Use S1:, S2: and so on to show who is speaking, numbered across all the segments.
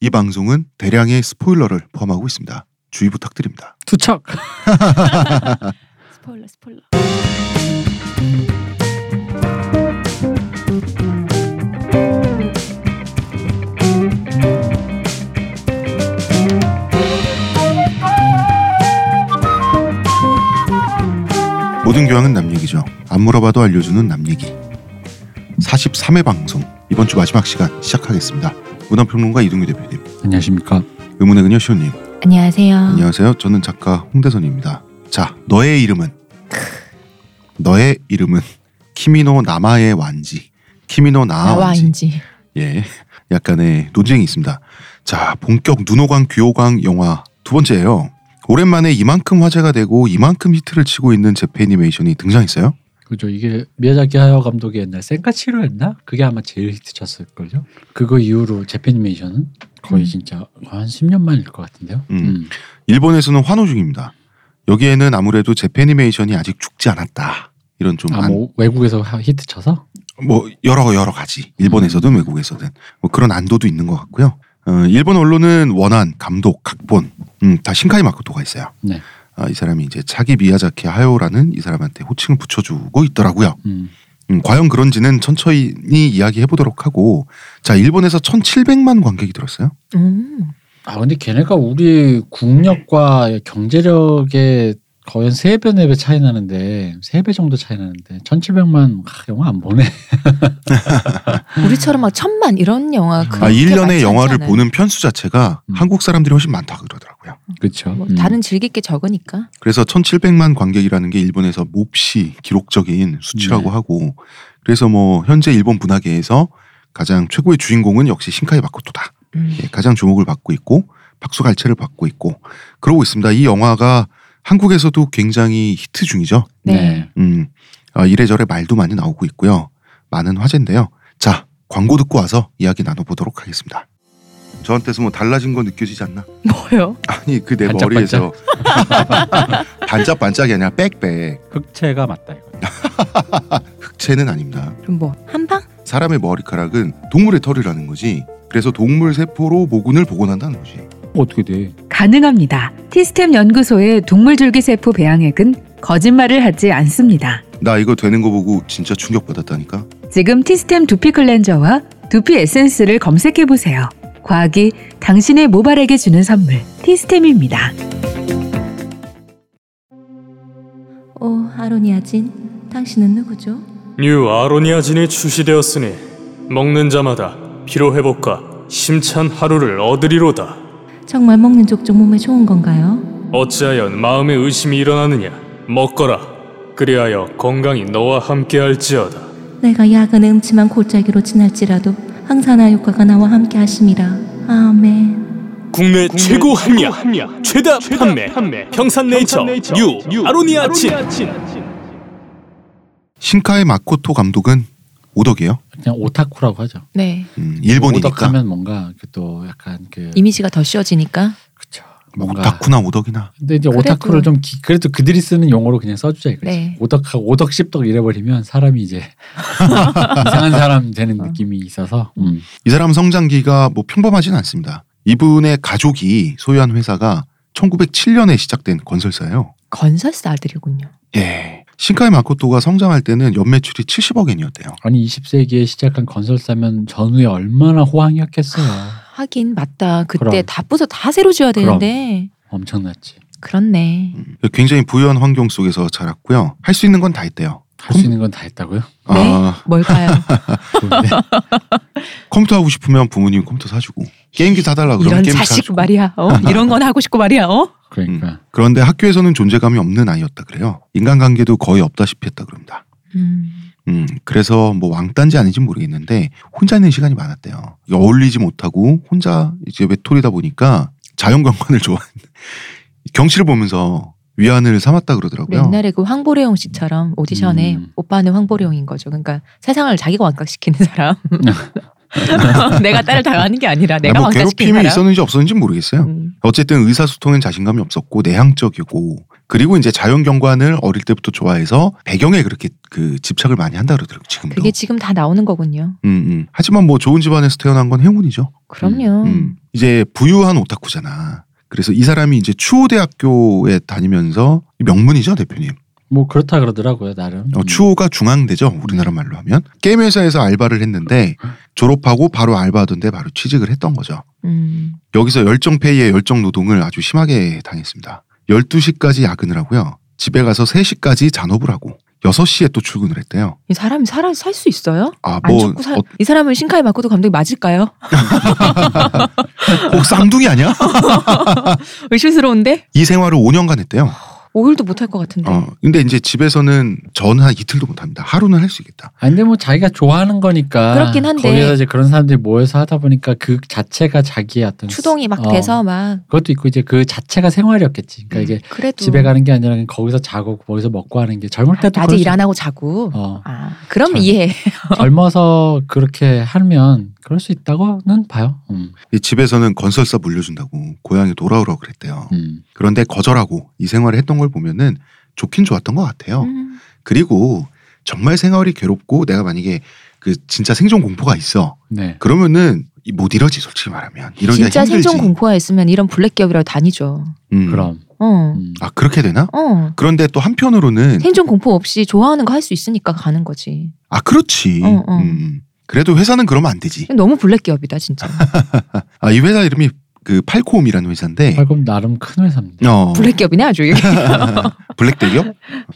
S1: 이 방송은 대량의 스포일러를 포함하고 있습니다. 주의 부탁드립니다.
S2: 투척.
S3: 스포일러 스포일러.
S1: 모든 교양은 남 얘기죠. 안 물어봐도 알려주는 남 얘기. 43회 방송 이번 주 마지막 시간 시작하겠습니다. 문화평론가 이동규 대표님,
S2: 안녕하십니까.
S1: 의문의 그녀 시호님,
S3: 안녕하세요.
S1: 안녕하세요. 저는 작가 홍대선입니다. 자, 너의 이름은 너의 이름은 키미노 나마의 완지, 키미노 나아 완지.
S3: 나와인지.
S1: 예, 약간의 논쟁이 있습니다. 자, 본격 눈호강 귀호강 영화 두 번째예요. 오랜만에 이만큼 화제가 되고 이만큼 히트를 치고 있는 제페니메이션이 등장했어요.
S2: 그죠 이게 미야자키 하야 감독의 옛날 센카치로 했나? 그게 아마 제일 히트쳤을 걸요. 그거 이후로 재패니메이션은 거의
S3: 음.
S2: 진짜 한 10년 만일 것 같은데요.
S1: 음.
S2: 음.
S1: 일본에서는 환호 중입니다. 여기에는 아무래도 제페니메이션이 아직 죽지 않았다. 이런 좀
S2: 아,
S1: 안-
S2: 뭐 외국에서 하- 히트쳐서
S1: 뭐 여러 여러 가지
S2: 음.
S1: 일본에서든 외국에서든 뭐 그런 안도도 있는 것 같고요. 어, 일본 언론은 원한 감독 각본 음, 다 신카이 마코토가 있어요.
S2: 네.
S1: 아, 이 사람이 이제 차기 미야자키 하요라는 이 사람한테 호칭을 붙여주고 있더라고요.
S2: 음.
S1: 음, 과연 그런지는 천천히 이야기해 보도록 하고 자 일본에서 1,700만 관객이 들었어요.
S3: 음.
S2: 아 근데 걔네가 우리 국력과 경제력에 거의 한 3배, 4배 차이 나는데 3배 정도 차이 나는데 1700만 아, 영화 안 보네.
S3: 우리처럼 막 천만 이런
S2: 아,
S3: 영화.
S1: 아
S3: 그렇게
S1: 1년에
S3: 많지
S1: 영화를
S3: 않잖아요.
S1: 보는 편수 자체가
S2: 음.
S1: 한국 사람들이 훨씬 많다 그러더라고요.
S2: 그렇죠.
S3: 뭐 다른 즐길 게 적으니까.
S1: 그래서 1,700만 관객이라는 게 일본에서 몹시 기록적인 수치라고
S2: 네.
S1: 하고 그래서 뭐 현재 일본 문화계에서 가장 최고의 주인공은 역시 신카이 마코토다.
S3: 음.
S1: 예, 가장 주목을 받고 있고 박수갈채를 받고 있고 그러고 있습니다. 이 영화가 한국에서도 굉장히 히트 중이죠.
S3: 네.
S1: 음, 아, 이래저래 말도 많이 나오고 있고요. 많은 화제인데요. 자, 광고 듣고 와서 이야기 나눠보도록 하겠습니다. 저한테서 뭐 달라진 거 느껴지지 않나?
S3: 뭐요?
S1: 아니 그 내
S2: 반짝반짝?
S1: 머리에서 반짝반짝이 아니라 빽빽
S2: 흑채가 맞다 이거.
S1: 흑채는 아닙니다.
S3: 그럼 뭐 한방?
S1: 사람의 머리카락은 동물의 털이라는 거지. 그래서 동물 세포로 모근을 복원한다는 거지.
S2: 어떻게 돼?
S4: 가능합니다. 티스템 연구소의 동물 줄기세포 배양액은 거짓말을 하지 않습니다.
S1: 나 이거 되는 거 보고 진짜 충격받았다니까.
S4: 지금 티스템 두피 클렌저와 두피 에센스를 검색해 보세요. 과학이 당신의 모발에게 주는 선물 티스템입니다.
S3: 오 어, 아로니아진, 당신은 누구죠?
S5: 뉴 아로니아진이 출시되었으니 먹는 자마다 피로 회복과 심찬 하루를 얻으리로다.
S3: 정말 먹는 족족 몸에 좋은 건가요?
S5: 어찌하여 마음에 의심이 일어나느냐? 먹거라. 그리하여 건강이 너와 함께할지어다.
S3: 내가 야근의 음침한 골짜기로 지날지라도 항산화 효과가 나와 함께 하심이라. 아멘.
S5: 국내, 최고 함량, 최다, 판매, 평산네이처, 뉴, 아로니아진.
S1: 신카의 마코토 감독은 오덕이에요.
S2: 그냥 오타쿠라고 하죠.
S3: 네.
S1: 음, 일본이니까
S2: 뭐 오덕하면 뭔가 그또 약간 그
S3: 이미지가 더 씌워지니까.
S2: 그쵸. 뭔가
S1: 오타쿠나 오덕이나
S2: 근데 이제
S3: 그래도-
S2: 오타쿠를 좀 기- 그래도 그들이 쓰는 용어로 그냥 써주자 이거지.
S3: 네.
S2: 오덕하 오덕 십덕 이래버리면 사람이 이제 이상한 사람 되는 느낌이 있어서 음.
S1: 이 사람 성장기가 뭐 평범하진 않습니다. 이분의 가족이 소유한 회사가 1907년에 시작된 건설사예요.
S3: 건설사 아들이군요.
S1: 예. 신카이 마코토가 성장할 때는 연매출이 70억 엔이었대요.
S2: 아니 20세기에 시작한 건설사면 전후에 얼마나 호황이었겠어요.
S3: 하긴 맞다. 그때
S2: 그럼.
S3: 다 부서 다 새로 지어야
S2: 그럼.
S3: 되는데.
S2: 엄청났지.
S3: 그렇네.
S1: 음, 굉장히 부유한 환경 속에서 자랐고요. 할 수 있는 건 다 했대요.
S2: 할 수 있는 건 다 했다고요?
S3: 네?
S1: 아,
S3: 뭘까요?
S2: 좋은데.
S1: 음. 컴퓨터 하고 싶으면 부모님 컴퓨터 사주고 게임기 사달라 그러면
S3: 이런
S1: 게임
S3: 자식
S1: 사주고.
S3: 말이야. 어? 이런 건 하고 싶고 말이야. 어?
S2: 그러니까
S1: 그런데 학교에서는 존재감이 없는 아이였다 그래요. 인간관계도 거의 없다시피 했다 그럽니다.
S3: 음.
S1: 음, 그래서 뭐 왕딴지 아닌지 모르겠는데 혼자 있는 시간이 많았대요. 어울리지 못하고 혼자 이제 외톨이다 보니까 자연경관을 좋아하는 경치를 보면서 위안을 삼았다 그러더라고요. 아,
S3: 옛날에 그 황보레용 씨처럼 오디션에
S2: 음.
S3: 오빠는 황보레용인 거죠. 그러니까 세상을 자기가 왕각시키는 사람. 내가 딸을 당하는 게 아니라
S1: 아,
S3: 내가
S1: 뭐
S3: 왕각시키는
S1: 괴롭힘이
S3: 사람.
S1: 있었는지 없었는지 모르겠어요.
S3: 음.
S1: 어쨌든 의사소통엔 자신감이 없었고 내향적이고 그리고 이제 자연 경관을 어릴 때부터 좋아해서 배경에 그렇게 그 집착을 많이 한다 그러더라고요. 지금도.
S3: 그게 지금 다 나오는 거군요.
S1: 음, 음. 하지만 뭐 좋은 집안에서 태어난 건 행운이죠.
S3: 그럼요.
S1: 음. 이제 부유한 오타쿠잖아. 그래서 이 사람이 이제 추호대학교에 다니면서 명문이죠 대표님.
S2: 뭐 그렇다 그러더라고요 나름.
S3: 음.
S1: 어, 추호가 중앙대죠 우리나라 말로 하면 게임 회사에서 알바를 했는데 졸업하고 바로 알바하던데 바로 취직을 했던 거죠.
S3: 음.
S1: 여기서 열정 페이의 열정 노동을 아주 심하게 당했습니다. 12시까지 야근을 하고요. 집에 가서 3시까지 잔업을 하고 6시에 또 출근을 했대요.
S3: 이 사람이 살아 살 수 있어요?
S1: 아,
S3: 안
S1: 뭐,
S3: 죽고 살... 이 사람을 신카에 맞고도 감독이 맞을까요?
S1: 어, 혹 쌍둥이 아니야?
S3: 의심스러운데
S1: 이 생활을 5년간 했대요.
S3: 오일도 못할 것 같은데.
S1: 어, 근데 이제 집에서는 전 한 이틀도 못 합니다. 하루는 할 수 있겠다.
S2: 아, 근데 뭐 자기가 좋아하는 거니까
S3: 그렇긴 한데.
S2: 거기서 이제 그런 사람들이 모여서 하다 보니까 그 자체가 자기의 어떤
S3: 추동이 막
S2: 어,
S3: 돼서 막
S2: 그것도 있고 이제 그 자체가 생활이었겠지.
S3: 음.
S2: 그러니까 이게
S3: 그래도
S2: 집에 가는 게 아니라 그냥 거기서 자고 거기서 먹고 하는 게 젊을 때도
S3: 낮에
S2: 그럴 수
S3: 일 안 하고 자고.
S2: 어,
S3: 아 그럼
S2: 잘-
S3: 이해.
S2: 젊어서 그렇게 하면 그럴 수 있다고는 봐요. 음,
S1: 이 집에서는 건설사 물려준다고 고향에 돌아오라고 그랬대요.
S2: 음.
S1: 그런데 거절하고 이 생활을 했던 걸 보면은 좋긴 좋았던 것 같아요.
S3: 음.
S1: 그리고 정말 생활이 괴롭고 내가 만약에 그 진짜 생존 공포가 있어.
S2: 네.
S1: 그러면은 이못 이러지 솔직히 말하면 이러기가
S3: 진짜
S1: 힘들지.
S3: 생존 공포가 있으면 이런 블랙 기업이라도 다니죠.
S1: 음.
S2: 그럼.
S3: 어.
S2: 음.
S1: 아 그렇게 되나?
S3: 어.
S1: 그런데 또 한편으로는
S3: 생존 공포 없이 좋아하는 거 할 수 있으니까 가는 거지.
S1: 아 그렇지.
S3: 어, 어.
S1: 음. 그래도 회사는 그러면 안 되지.
S3: 너무 블랙 기업이다 진짜.
S1: 아 이 회사 이름이 그 팔코움이라는 회사인데.
S2: 팔꿈 나름 큰 회사입니다.
S1: 어,
S3: 블랙 기업이네 아주.
S2: 음.
S1: 블랙 대기업?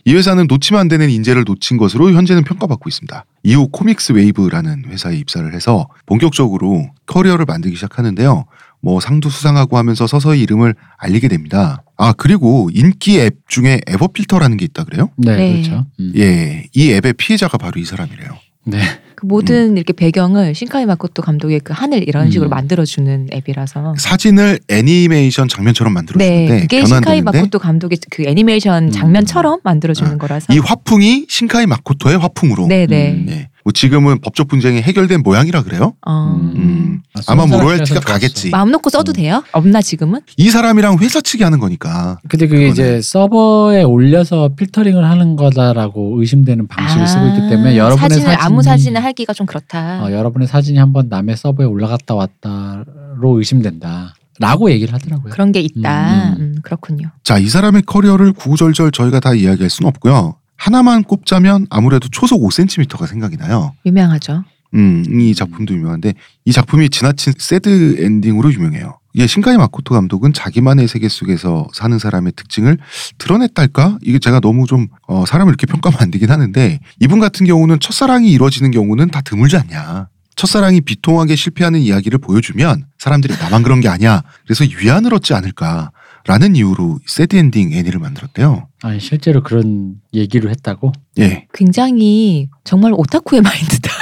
S1: 이 회사는 놓치면 안 되는 인재를 놓친 것으로 현재는 평가받고 있습니다. 이후 코믹스 웨이브라는 회사에 입사를 해서 본격적으로 커리어를 만들기 시작하는데요. 뭐 상도 수상하고 하면서 서서히 이름을 알리게 됩니다. 아 그리고 인기 앱 중에 에버필터라는 게 있다 그래요?
S2: 네,
S3: 네.
S2: 그렇죠. 음.
S1: 예, 이 앱의 피해자가 바로 이 사람이래요.
S2: 네.
S3: 그 모든 이렇게 배경을 신카이 마코토 감독의 그 하늘 이런 식으로
S2: 음. 그렇죠.
S3: 만들어주는 앱이라서.
S1: 사진을 애니메이션 장면처럼 만들어주는데
S3: 네, 그게 신카이
S1: 변환되는데
S3: 마코토 감독의 그 애니메이션
S2: 음.
S3: 장면처럼 만들어주는
S1: 아,
S3: 거라서.
S1: 이 화풍이 신카이 마코토의 화풍으로.
S3: 네네.
S2: 음.
S1: 예, 뭐 지금은 법적 분쟁이 해결된 모양이라 그래요.
S3: 어.
S1: 음.
S2: 아,
S1: 아마 뭐
S2: 스무 살
S1: 로열티가
S2: 때라서
S1: 가겠지.
S2: 좋았어.
S3: 마음 놓고 써도
S2: 음.
S3: 돼요? 없나 지금은?
S1: 이 사람이랑 회사 측이 하는 거니까.
S2: 근데 그게
S1: 그거는.
S2: 이제 서버에 올려서 필터링을 하는 거다라고 의심되는 방식을 쓰고 있기 때문에 여러분의
S3: 아, 사진을
S2: 사진이
S3: 아무 사진을 하기가 좀 그렇다.
S2: 어, 여러분의 사진이 한번 남의 서버에 올라갔다 왔다로 의심된다라고 얘기를 하더라고요.
S3: 그런 게 있다.
S2: 음.
S3: 음, 그렇군요.
S1: 자, 이 사람의 커리어를 구구절절 저희가 다 이야기할 수는 없고요. 하나만 꼽자면 아무래도 초속 5cm가 생각이 나요.
S3: 유명하죠.
S1: 음, 이 작품도 유명한데 이 작품이 지나친 새드 엔딩으로 유명해요. 이게 신카이 마코토 감독은 자기만의 세계 속에서 사는 사람의 특징을 드러냈달까? 이게 제가 너무 좀 어, 사람을 이렇게 평가하면 안 되긴 하는데 이분 같은 경우는 첫사랑이 이루어지는 경우는 다 드물지 않냐. 첫사랑이 비통하게 실패하는 이야기를 보여주면 사람들이 나만 그런 게 아니야. 그래서 위안을 얻지 않을까라는 이유로 새드 엔딩 애니를 만들었대요.
S2: 아니 실제로 그런 얘기를 했다고.
S1: 예.
S3: 굉장히 정말 오타쿠의 마인드다.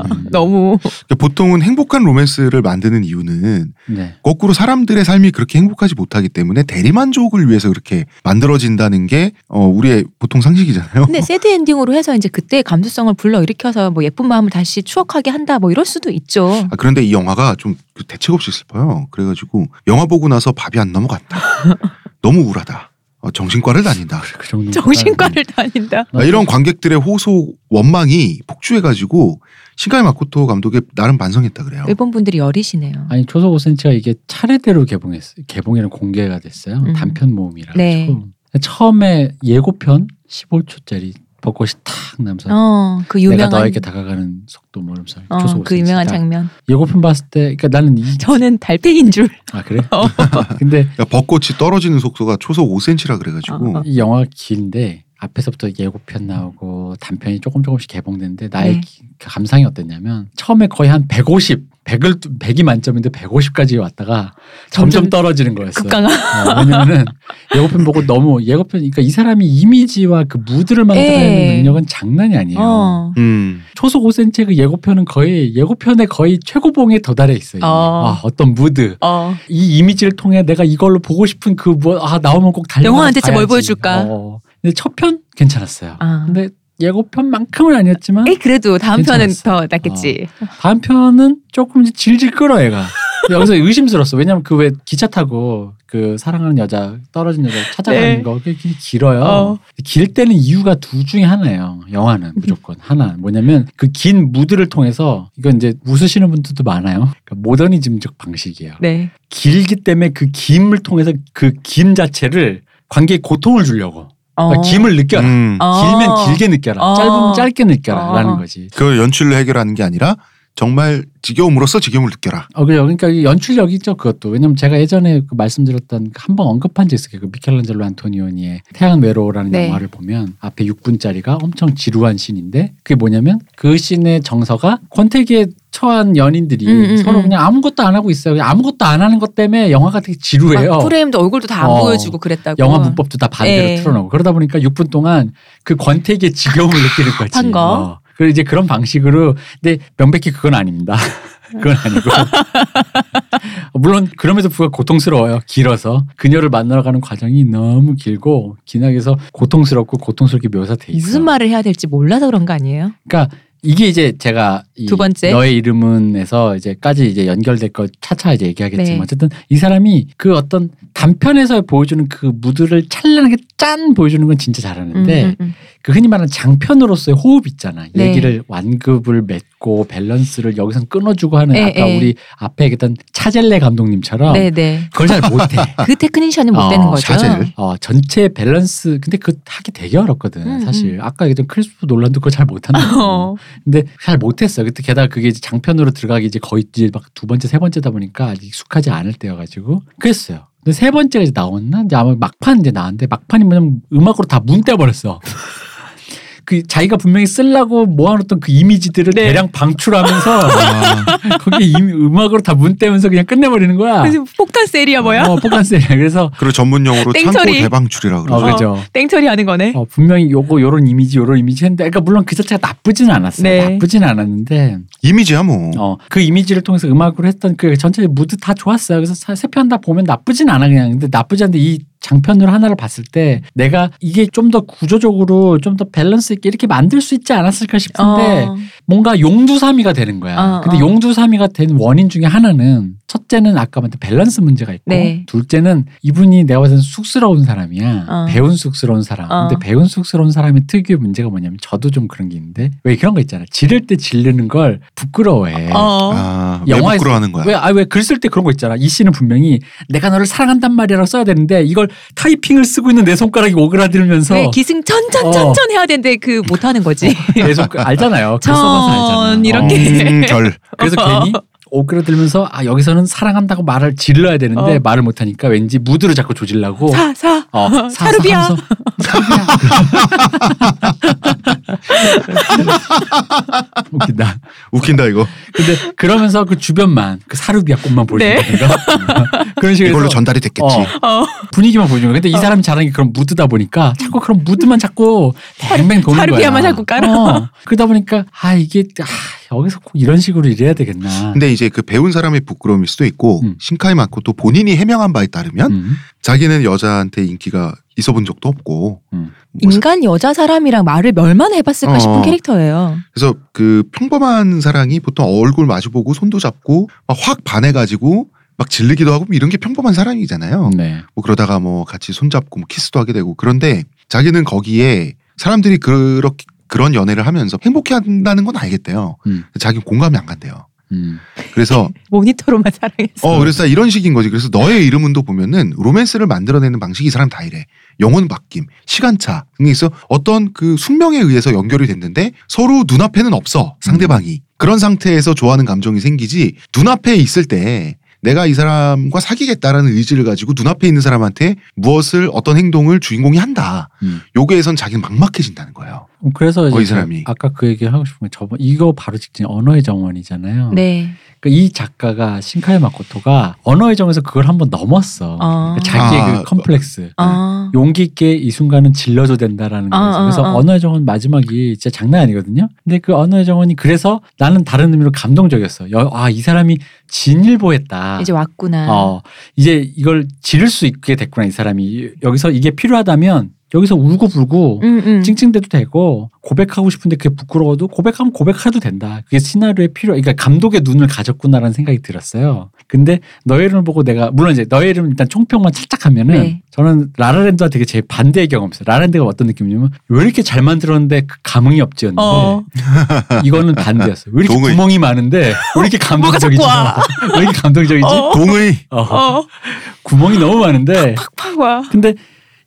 S2: 음.
S3: 너무
S1: 그러니까 보통은 행복한 로맨스를 만드는 이유는
S2: 네.
S1: 거꾸로 사람들의 삶이 그렇게 행복하지 못하기 때문에 대리만족을 위해서 그렇게 만들어진다는 게 어, 우리의 보통 상식이잖아요.
S3: 근데 새드 엔딩으로 해서 이제 그때의 감수성을 불러일으켜서 뭐 예쁜 마음을 다시 추억하게 한다 뭐 이럴 수도
S2: 음.
S3: 있죠.
S1: 아, 그런데 이 영화가 좀그 대책 없이 슬퍼요. 그래가지고 영화 보고 나서 밥이 안 넘어간다. 너무 우울하다. 어, 정신과를 다닌다.
S2: 그 네. 정도.
S3: 정신과를
S2: 음.
S3: 다닌다.
S1: 아, 이런 관객들의 호소 원망이 폭주해가지고 신카이 마코토 감독이 나름 반성했다 그래요.
S3: 일본 분들이 여리시네요.
S2: 아니 초소 5cm가 이게 차례대로 개봉했어요. 개봉이랑 공개가 됐어요.
S3: 음.
S2: 단편 모음이라
S3: 네.
S2: 가지고 처음에 예고편 15초짜리 벚꽃이 탁 나면서
S3: 어, 그
S2: 내가
S3: 유명한
S2: 너에게 다가가는 속도 모름서
S3: 어,
S2: 초소 5cm.
S3: 그 유명한
S2: 다.
S3: 장면.
S2: 예고편 봤을 때 그러니까 나는 이,
S3: 저는 어. 달팽이인 줄.
S2: 아 그래? 근데
S1: 그러니까 벚꽃이 떨어지는 속도가 초속 5cm라 그래가지고
S3: 어, 어.
S2: 이 영화 길인데 앞에서부터 예고편 나오고 단편이 조금 조금씩 개봉되는데 나의
S3: 네.
S2: 기- 그 감상이 어땠냐면 처음에 거의 한 150, 100을 100이 만점인데 150까지 왔다가 점점
S3: 점점
S2: 떨어지는 거였어요.
S3: 극강한.
S2: 어, 왜냐면은 예고편 보고 너무 예고편 그러니까 이 사람이 이미지와 그 무드를 만들어내는
S3: 예.
S2: 능력은 장난이 아니에요.
S3: 어.
S1: 음.
S2: 초속 5cm 그 예고편은 거의 예고편의 거의 최고봉에 도달해 있어요. 이미.
S3: 어.
S2: 아, 어떤 무드,
S3: 어.
S2: 이 이미지를 통해 내가 이걸로 보고 싶은 그 뭐 아 나오면 꼭 달려.
S3: 영화는 대체 뭘 보여줄까?
S2: 어. 근데 첫 편 괜찮았어요.
S3: 아.
S2: 근데 예고편만큼은 아니었지만
S3: 에이, 그래도 다음 편은
S2: 괜찮았어.
S3: 더 낫겠지.
S2: 다음 편은 조금 질질 끌어 애가. 여기서 의심스러웠어. 왜냐면 그 왜 기차 타고 그 사랑하는 여자 떨어진 여자 찾아가는
S3: 네.
S2: 거 그게 되게 길어요.
S3: 어. 음.
S2: 길 때는 이유가 둘 중에 하나예요. 영화는 무조건 하나. 뭐냐면 그 긴 무드를 통해서 이건 이제 웃으시는 분들도 많아요. 그러니까 모더니즘적 방식이에요.
S3: 네.
S2: 길기 때문에 그 김을 통해서 그 김 자체를 관객에 고통을 주려고
S3: 어.
S2: 그러니까 김을 느껴라.
S1: 음.
S3: 어.
S2: 길면 길게 느껴라.
S3: 어.
S2: 짧으면 짧게 느껴라라는
S3: 어.
S2: 거지.
S1: 그 연출로 해결하는 게 아니라 정말 지겨움으로써 지겨움을 느껴라.
S2: 어 그래요. 그러니까 이 연출력이죠 그것도. 왜냐면 제가 예전에 그 말씀드렸던 한 번 언급한 적 있어요. 그 미켈란젤로 안토니오니의 태양 외로라는
S3: 네.
S2: 영화를 보면 앞에 6분짜리가 엄청 지루한 씬인데 그게 뭐냐면 그 씬의 정서가 권태기에 처한 연인들이
S3: 음, 음,
S2: 서로
S3: 음.
S2: 그냥 아무것도 안 하고 있어요. 그냥 아무것도 안 하는 것 때문에 영화가 되게 지루해요.
S3: 막 아, 프레임도 얼굴도 다 안
S2: 어.
S3: 보여주고 그랬다고.
S2: 영화 문법도 다 반대로
S3: 예.
S2: 틀어놓고 그러다 보니까 6분 동안 그 권태기의 지겨움을 느끼는 거지.
S3: 한 거.
S2: 어. 그리고 이제 그런 방식으로 근데 명백히 그건 아닙니다. 그건 아니고 물론 그럼에도 불구하고 고통스러워요. 길어서 그녀를 만나러 가는 과정이 너무 길고 기나게서 고통스럽고 고통스럽게 묘사돼 있어요.
S3: 무슨 말을 해야 될지 몰라서 그런 거 아니에요?
S2: 그러니까 이게 이제 제가 이
S3: 두 번째.
S2: 너의 이름은에서 이제까지 이제 연결될 거 차차 이제 얘기하겠지만
S3: 네.
S2: 어쨌든 이 사람이 그 어떤 단편에서 보여주는 그 무드를 찬란하게 짠 보여주는 건 진짜 잘하는데
S3: 음, 음,
S2: 그 흔히 말하는 장편으로서의 호흡 있잖아.
S3: 네.
S2: 얘기를 완급을 맺고 밸런스를 여기선 끊어주고 하는
S3: 에,
S2: 아까
S3: 에.
S2: 우리 앞에 얘기했던 차젤레 감독님처럼
S3: 음. 네, 네.
S2: 그걸 잘 못해.
S3: 그 테크니션이 못
S2: 어,
S3: 되는 거죠.
S1: 자제를.
S2: 어, 전체 밸런스 근데 그 하기 되게 어렵거든
S3: 음,
S2: 사실 아까 얘기했던 크리스프 논란도 그걸 잘 못한다고
S3: 어.
S2: 근데 잘 못했어. 그때 게다가 그게 이제 장편으로 들어가기 이제 거의 이제 막 두 번째 세 번째다 보니까 아직 익숙하지 않을 때여가지고 그랬어요. 근데 세 번째가 이제 나왔나? 이제 아마 막판 이제 나왔는데 막판이 뭐냐면 음악으로 다 문 떼버렸어. 그 자기가 분명히 쓰려고 모아놓던 그 이미지들을
S3: 네.
S2: 대량 방출하면서
S1: 아,
S2: 거기 이 음악으로 다 문 떼면서 그냥 끝내버리는 거야.
S3: 그래서 폭탄 세리야 뭐야?
S2: 어, 폭탄세. 그래서
S1: 그리고 전문 용어로 창고
S3: 땡처리.
S1: 대방출이라
S2: 어,
S1: 그러죠.
S2: 그죠.
S3: 땡처리 하는 거네.
S2: 어, 분명히 요거 요런 이미지 요런 이미지 했는데 그러니까 물론 그 자체가 나쁘진 않았어요.
S3: 네.
S2: 나쁘진 않았는데
S1: 이미지야 뭐.
S2: 어, 그 이미지를 통해서 음악으로 했던 그 전체 무드 다 좋았어요. 그래서 세 편 다 보면 나쁘진 않아 그냥. 근데 나쁘지 않은데 이 장편으로 하나를 봤을 때 내가 이게 좀 더 구조적으로 좀 더 밸런스 있게 이렇게 만들 수 있지 않았을까 싶은데
S3: 어.
S2: 뭔가 용두사미가 되는 거야.
S3: 어,
S2: 근데
S3: 어.
S2: 용두사미가 된 원인 중에 하나는 첫째는 아까 말했던 밸런스 문제가 있고
S3: 네.
S2: 둘째는 이분이 내가 봤을 때 쑥스러운 사람이야.
S3: 어.
S2: 배운 쑥스러운 사람.
S3: 어.
S2: 근데 배운 쑥스러운 사람의 특유의 문제가 뭐냐면 저도 좀 그런 게 있는데 왜 그런 거 있잖아. 지를 때 지르는 걸 부끄러워해.
S3: 어.
S1: 아,
S2: 영화에서-
S1: 영화에 부끄러워하는 거야.
S2: 왜, 아, 왜 글 쓸 때 그런 거 있잖아. 이 씨는 분명히 내가 너를 사랑한단 말이라고 써야 되는데 이걸 타이핑을 쓰고 있는 내 손가락이 오그라들면서
S3: 네, 기승천천천천 해야 되는데 그 못 하는 거지.
S2: 내 손가락 알잖아요. 글
S3: 전
S2: 써봐서 알잖아.
S3: 이런 게.
S1: 음, 결.
S2: 그래서 괜히 오그라들면서 아 여기서는 사랑한다고 말을 질러야 되는데
S3: 어.
S2: 말을 못하니까 왠지 무드를 자꾸 조질라고
S3: 사, 뭐. 사.
S2: 어, 사- 사-
S3: 사르비아.
S2: 하면서 사르비아. 웃긴다.
S1: 웃긴다 이거.
S2: 근데 그러면서 그 주변만 그 사르비아 꽃만
S3: 네.
S2: 보여준다든가 그런 식으로
S1: 이걸로
S2: 해서
S1: 전달이 됐겠지.
S2: 어,
S3: 어.
S2: 분위기만 보여주는 거야. 근데 이 사람이 잘하는 게 그런 무드다 보니까 자꾸 그런 무드만 자꾸 뱅뱅 도는 거야.
S3: 사르비아만 자꾸 깔아.
S2: 어. 그러다 보니까 아 이게 아, 여기서 꼭 이런 식으로 일해야 되겠나.
S1: 근데 이제 그 배운 사람의 부끄러움일 수도 있고
S2: 음.
S1: 신카이 마코또 본인이 해명한 바에 따르면
S2: 음.
S1: 자기는 여자한테 인기가 있어본 적도 없고
S2: 음.
S1: 뭐 사-
S3: 인간 여자 사람이랑 말을 얼마나 해봤을까 싶은
S1: 어.
S3: 캐릭터예요.
S1: 그래서 그 평범한 사랑이 보통 얼굴 마주보고 손도 잡고 막 확 반해가지고 막 질르기도 하고 뭐 이런 게 평범한 사랑이잖아요.
S2: 네.
S1: 뭐 그러다가 뭐 같이 손잡고 뭐 키스도 하게 되고 그런데 자기는 거기에 사람들이 그렇게 그런 연애를 하면서 행복해한다는 건 알겠대요.
S2: 음.
S1: 자기 는 공감이 안 간대요.
S2: 음.
S1: 그래서
S3: 모니터로만 사랑했어.
S1: 어 그래서 이런 식인 거지. 그래서 너의 이름은도 보면은 로맨스를 만들어내는 방식이 이 사람 다 이래. 영혼 바뀜, 시간차 등에 있어 어떤 그 숙명에 의해서 연결이 됐는데 서로 눈앞에는 없어 상대방이 그런 상태에서 좋아하는 감정이 생기지 눈앞에 있을 때 내가 이 사람과 사귀겠다라는 의지를 가지고 눈앞에 있는 사람한테 무엇을 어떤 행동을 주인공이 한다.
S2: 음.
S1: 요게에선 자기는 막막해진다는 거예요.
S2: 그래서 이제
S1: 어, 이
S2: 그
S1: 사람이.
S2: 아까 그 얘기 하고 싶은 게 저번 이거 바로 직진 언어의 정원이잖아요.
S3: 네.
S2: 그러니까 이 작가가 신카이 마코토가 언어의 정에서 그걸 한번 넘었어. 아.
S3: 어.
S2: 그러니까 자기의
S1: 아,
S2: 그 컴플렉스.
S3: 어.
S2: 용기 있게 이 순간은 질러도 된다라는
S3: 어,
S2: 거죠.
S3: 어,
S2: 그래서
S3: 어.
S2: 언어의 정원 마지막이 진짜 장난 아니거든요. 근데 그 언어의 정원이 그래서 나는 다른 의미로 감동적이었어. 여, 아, 이 사람이 진일보했다.
S3: 이제 왔구나.
S2: 어, 이제 이걸 지를 수 있게 됐구나, 이 사람이. 여기서 이게 필요하다면 여기서 울고 불고
S3: 음, 음.
S2: 찡찡대도 되고 고백하고 싶은데 그게 부끄러워도 고백하면 고백해도 된다. 그게 시나리오에 필요. 그러니까 감독의 눈을 가졌구나라는 생각이 들었어요. 근데 너의 이름을 보고 내가 물론 이제 너의 이름 일단 총평만 살짝 하면은
S3: 네.
S2: 저는 라라랜드와 되게 제 반대의 경험이었어요. 라라랜드가 어떤 느낌이냐면 왜 이렇게 잘 만들었는데 그 감흥이 없지였는데
S3: 어.
S2: 이거는 반대였어요. 왜 이렇게
S1: 동의.
S2: 구멍이 많은데 왜 이렇게
S3: 뭐가
S2: 감동적이지?
S3: 자꾸 와.
S2: 왜 이렇게 감동적이지?
S3: 어.
S1: 동의.
S2: 어,
S3: 어.
S2: 구멍이 너무 많은데
S3: 팍팍 와.
S2: 근데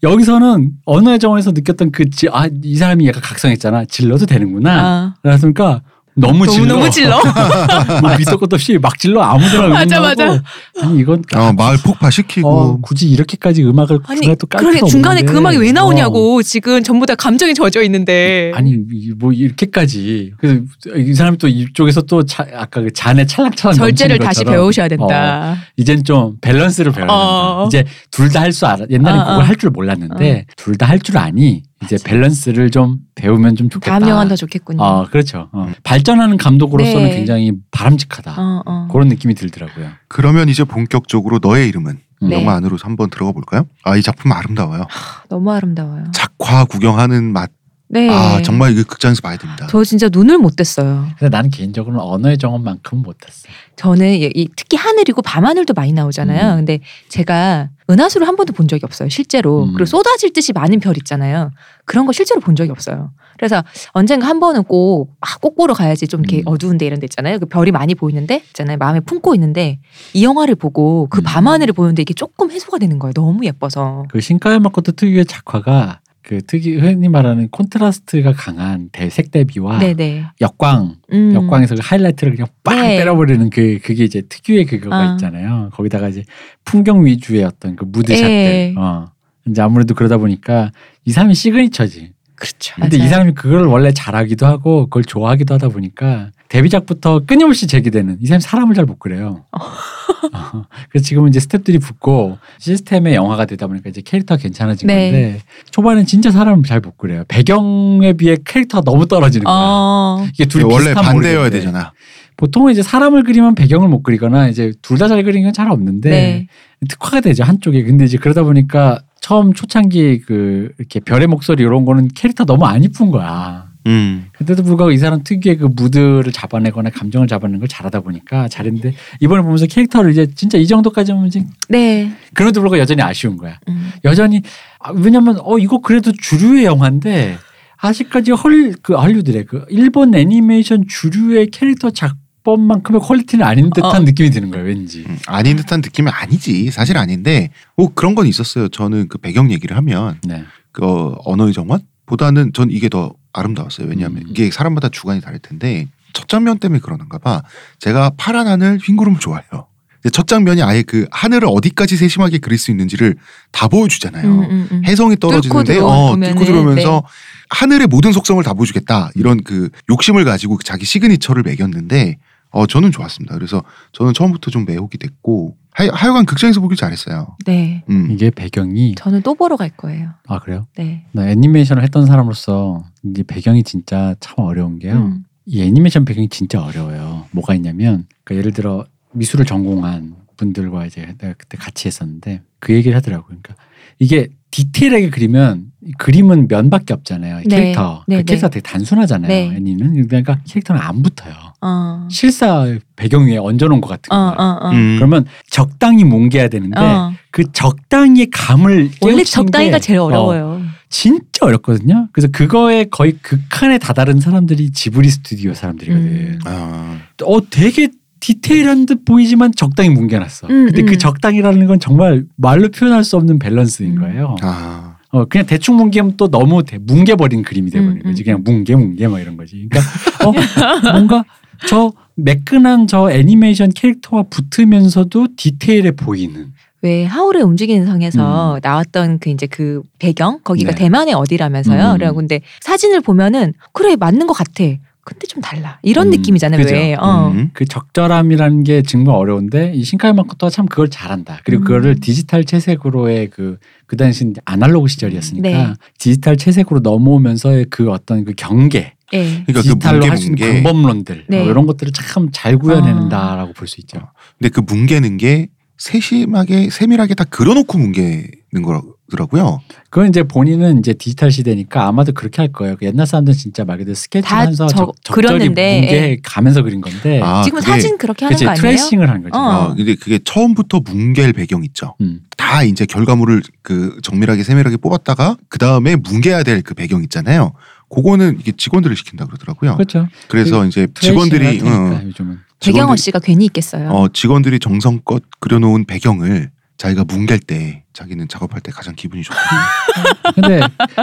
S2: 여기서는 언어의 정원에서 느꼈던 그아이 사람이 약간 각성했잖아 질러도 되는구나
S3: 아.
S2: 그러니까 너무
S3: 너무
S2: 질러
S3: 너무 질러.
S2: 뭐 밑도 끝도 없이 막 질러 아무데나
S3: 맞아,
S2: 응원하고. 아니 이건
S1: 어, 마을
S2: 어,
S1: 폭파시키고
S2: 굳이 이렇게까지 음악을
S3: 아니
S2: 중간에 또 깔
S3: 그러게
S2: 필요
S3: 중간에
S2: 없는데.
S3: 그 음악이 왜
S2: 어.
S3: 나오냐고 지금 전부 다 감정이 젖어 있는데.
S2: 아니 이- 뭐 이렇게까지 그래서 이 사람이 또 이쪽에서 또 자- 아까 그 잔에 찰랑찰랑
S3: 절제를
S2: 넘치는
S3: 다시
S2: 것처럼 어.
S3: 배우셔야 된다.
S2: 이젠 좀 밸런스를 배워야 된다.
S3: 어.
S2: 이제 둘 다 할 수 알아. 옛날에
S3: 어, 어.
S2: 그걸 할 줄 몰랐는데 둘 다 할 줄 아니 이제 밸런스를 좀 배우면 좀 좋겠다.
S3: 다음 영화는 더 좋겠군요.
S2: 어, 그렇죠. 어. 발전하는 감독으로서는
S3: 네.
S2: 굉장히 바람직하다.
S3: 어, 어.
S2: 그런 느낌이 들더라고요.
S1: 그러면 이제 본격적으로 너의 이름은
S2: 음.
S3: 네.
S1: 영화 안으로 한번 들어가 볼까요? 아 이 작품 아름다워요.
S3: 너무 아름다워요.
S1: 작화 구경하는 맛.
S3: 네.
S1: 아 정말 이거 극장에서 봐야 됩니다.
S3: 저 진짜 눈을 못 뗐어요.
S2: 근데 나는 개인적으로는 언어의 정원만큼 은 못했어.
S3: 저는 이- 이- 특히 하늘이고 밤하늘도 많이 나오잖아요.
S2: 음.
S3: 근데 제가 은하수를 한 번도 본 적이 없어요. 실제로.
S2: 음.
S3: 그리고 쏟아질 듯이 많은 별 있잖아요. 그런 거 실제로 본 적이 없어요. 그래서 언젠가 한 번은 꼭, 아, 꼭 보러 가야지 좀 이렇게
S2: 음.
S3: 어두운데 이런 데 있잖아요. 그 별이 많이 보이는데 있잖아요. 마음에 품고 있는데 이 영화를 보고 그
S2: 음.
S3: 밤하늘을 보는데 이게 조금 해소가 되는 거예요. 너무 예뻐서.
S2: 그 신카야마 코토 특유의 작화가 그 특이 흔히 말하는 콘트라스트가 강한 대색 대비와
S3: 네네.
S2: 역광
S3: 음.
S2: 아, 역광에서 그 하이라이트를 그냥 빵
S3: 네.
S2: 때려버리는 그 그게 이제 특유의 그거가
S3: 아.
S2: 있잖아요. 거기다가 이제 풍경 위주의 어떤 그
S3: 예.
S2: 무드샷들. 어. 이제 아무래도 그러다 보니까 이 사람이 시그니처지.
S3: 그렇죠.
S2: 근데 이
S3: 맞아요.
S2: 사람이 그걸 원래 잘하기도 하고 그걸 좋아하기도 하다 보니까 데뷔작부터 끊임없이 제기되는 이 사람이 사람을 잘 못 그래요. 어. 그래서 지금은 이제 스탭들이 붙고 시스템의 영화가 되다 보니까 이제 캐릭터가 괜찮아진
S3: 네.
S2: 건데 초반엔 진짜 사람을 잘 못 그래요. 배경에 비해 캐릭터가 너무 떨어지는 거야.
S3: 어.
S2: 이게 둘이
S1: 네, 원래
S2: 비슷한
S1: 반대여야
S2: 모델인데.
S1: 되잖아.
S2: 보통은 이제 사람을 그리면 배경을 못 그리거나 이제 둘 다 잘 그리는 건 잘 없는데
S3: 네.
S2: 특화가 되죠 한쪽에 근데 이제 그러다 보니까 처음 초창기 그 이렇게 별의 목소리 이런 거는 캐릭터 너무 안 이쁜 거야
S1: 음.
S2: 근데도 불구하고 이 사람 특유의 그 무드를 잡아내거나 감정을 잡아내는 걸 잘하다 보니까 잘했는데 이번에 보면서 캐릭터를 이제 진짜 이 정도까지 하면 이제
S3: 네.
S2: 그럼에도 불구하고 여전히 아쉬운 거야
S3: 음.
S2: 여전히 아, 왜냐면 어 이거 그래도 주류의 영화인데 아직까지 헐그 한류들의 그 일본 애니메이션 주류의 캐릭터 작품만큼의 퀄리티는 아닌 듯한
S3: 어.
S2: 느낌이 드는 거예요 왠지
S1: 음, 아닌 듯한 느낌은 아니지 사실 아닌데 뭐 그런 건 있었어요. 저는 그 배경 얘기를 하면
S2: 네
S1: 그 언어의 정원보다는 전 이게 더 아름다웠어요. 왜냐하면
S2: 음.
S1: 이게 사람마다 주관이 다를 텐데 첫 장면 때문에 그러는가 봐. 제가 파란 하늘 흰 구름을 좋아해요. 근데 첫 장면이 아예 그 하늘을 어디까지 세심하게 그릴 수 있는지를 다 보여주잖아요.
S3: 음, 음, 음.
S1: 해성이 떨어지는데
S3: 뚫고
S1: 어,
S3: 들어오면은,
S1: 뚫고 들어오면서 하늘의 모든 속성을 다 보여주겠다 이런 그 욕심을 가지고 자기 시그니처를 매겼는데 어 저는 좋았습니다. 그래서 저는 처음부터 좀 매혹이 됐고 하여, 하여간 극장에서 보길 잘했어요.
S3: 네.
S1: 음.
S2: 이게 배경이
S3: 저는 또 보러 갈 거예요.
S2: 아 그래요
S3: 네.
S2: 나 애니메이션을 했던 사람으로서 이제 배경이 진짜 참 어려운 게요
S3: 음.
S2: 이 애니메이션 배경이 진짜 어려워요. 뭐가 있냐면 그러니까 예를 들어 미술을 전공한 분들과 이제 내가 그때 같이 했었는데 그 얘기를 하더라고요. 그러니까 이게 디테일하게 그리면 이 그림은 면밖에 없잖아요. 이
S3: 네.
S2: 캐릭터
S3: 네,
S2: 그
S3: 네.
S2: 캐릭터 가 되게 단순하잖아요.
S3: 네.
S2: 애니는 그러니까 캐릭터는 안 붙어요.
S3: 어.
S2: 실사 배경 위에 얹어놓은 것 같은 거예요.
S3: 어, 어, 어.
S1: 음.
S2: 그러면 적당히 뭉개야 되는데
S3: 어.
S2: 그 적당히의 감을
S3: 원래
S2: 깨우치는
S3: 적당히가
S2: 게
S3: 제일
S2: 어,
S3: 어려워요.
S2: 진짜 어렵거든요. 그래서 그거에 거의 극한에 다다른 사람들이 지브리 스튜디오 사람들이거든.
S3: 음.
S1: 아,
S2: 어 되게 디테일한 듯 보이지만 적당히 뭉개놨어.
S3: 음,
S2: 근데
S3: 음.
S2: 그 적당이라는 건 정말 말로 표현할 수 없는 밸런스인
S3: 음.
S2: 거예요.
S1: 아.
S2: 어 그냥 대충 뭉개면 또 너무 대- 뭉개버린 그림이 돼버리는
S3: 음,
S2: 거지.
S3: 음.
S2: 그냥 뭉개 뭉개 막 이런 거지. 그러니까 어, 뭔가 저 매끈한 저 애니메이션 캐릭터와 붙으면서도 디테일해 보이는.
S3: 왜 하울의 움직이는 성에서 나왔던 그 이제 그 배경 거기가
S2: 음. 네.
S3: 대만의 어디라면서요.
S2: 음.
S3: 그래고 근데 사진을 보면은 그래 맞는 것 같아. 근데 좀 달라 이런
S2: 음,
S3: 느낌이잖아요.
S2: 그죠.
S3: 왜? 어.
S1: 음.
S2: 그 적절함이라는 게 정말 어려운데 이 신카이마코토가 참 그걸 잘한다. 그리고
S3: 음.
S2: 그거를 디지털 채색으로의 그, 그 당시 아날로그 시절이었으니까
S3: 네.
S2: 디지털 채색으로 넘어오면서의 그 어떤 그 경계,
S3: 예.
S1: 그러니까 그
S2: 디지털로
S1: 뭉개
S2: 할 수 있는
S1: 뭉개.
S2: 방법론들
S3: 네. 아.
S2: 뭐 이런 것들을 참 잘 구현해낸다라고 볼 수 있죠.
S1: 근데 그 뭉개는 게 세심하게 세밀하게 다 그려놓고 뭉개는 거라고 나오더라고요.
S2: 그건 이제 본인은 이제 디지털 시대니까 아마도 그렇게 할 거예요. 그 옛날 사람들은 진짜 말 그대로
S3: 다
S2: 스케치하면서
S3: 저-
S2: 적, 적절히
S3: 그렸는데,
S2: 뭉개해 가면서 그린 건데
S1: 아,
S3: 지금
S1: 그게-
S3: 사진 그렇게 하는
S2: 그치
S3: 거 아니에요?
S2: 트레이싱을 한 거죠.
S3: 어.
S1: 아, 근데 그게 처음부터 뭉갤 배경 있죠.
S2: 음.
S1: 다 이제 결과물을 그 정밀하게 세밀하게 뽑았다가 그 다음에 뭉개야 될 그 배경 있잖아요. 그거는 이게 직원들을 시킨다 그러더라고요.
S2: 그렇죠.
S1: 그래서 이제
S2: 트레이싱을
S1: 직원들이
S2: 할
S3: 어.
S2: 테니까,
S1: 응,
S2: 요즘은
S3: 배경호
S1: 직원들이-
S3: 씨가 괜히 있겠어요.
S1: 어, 직원들이 정성껏 그려놓은 배경을 자기가 뭉갤 때 자기는 작업할 때 가장 기분이 좋고
S2: 아. 근데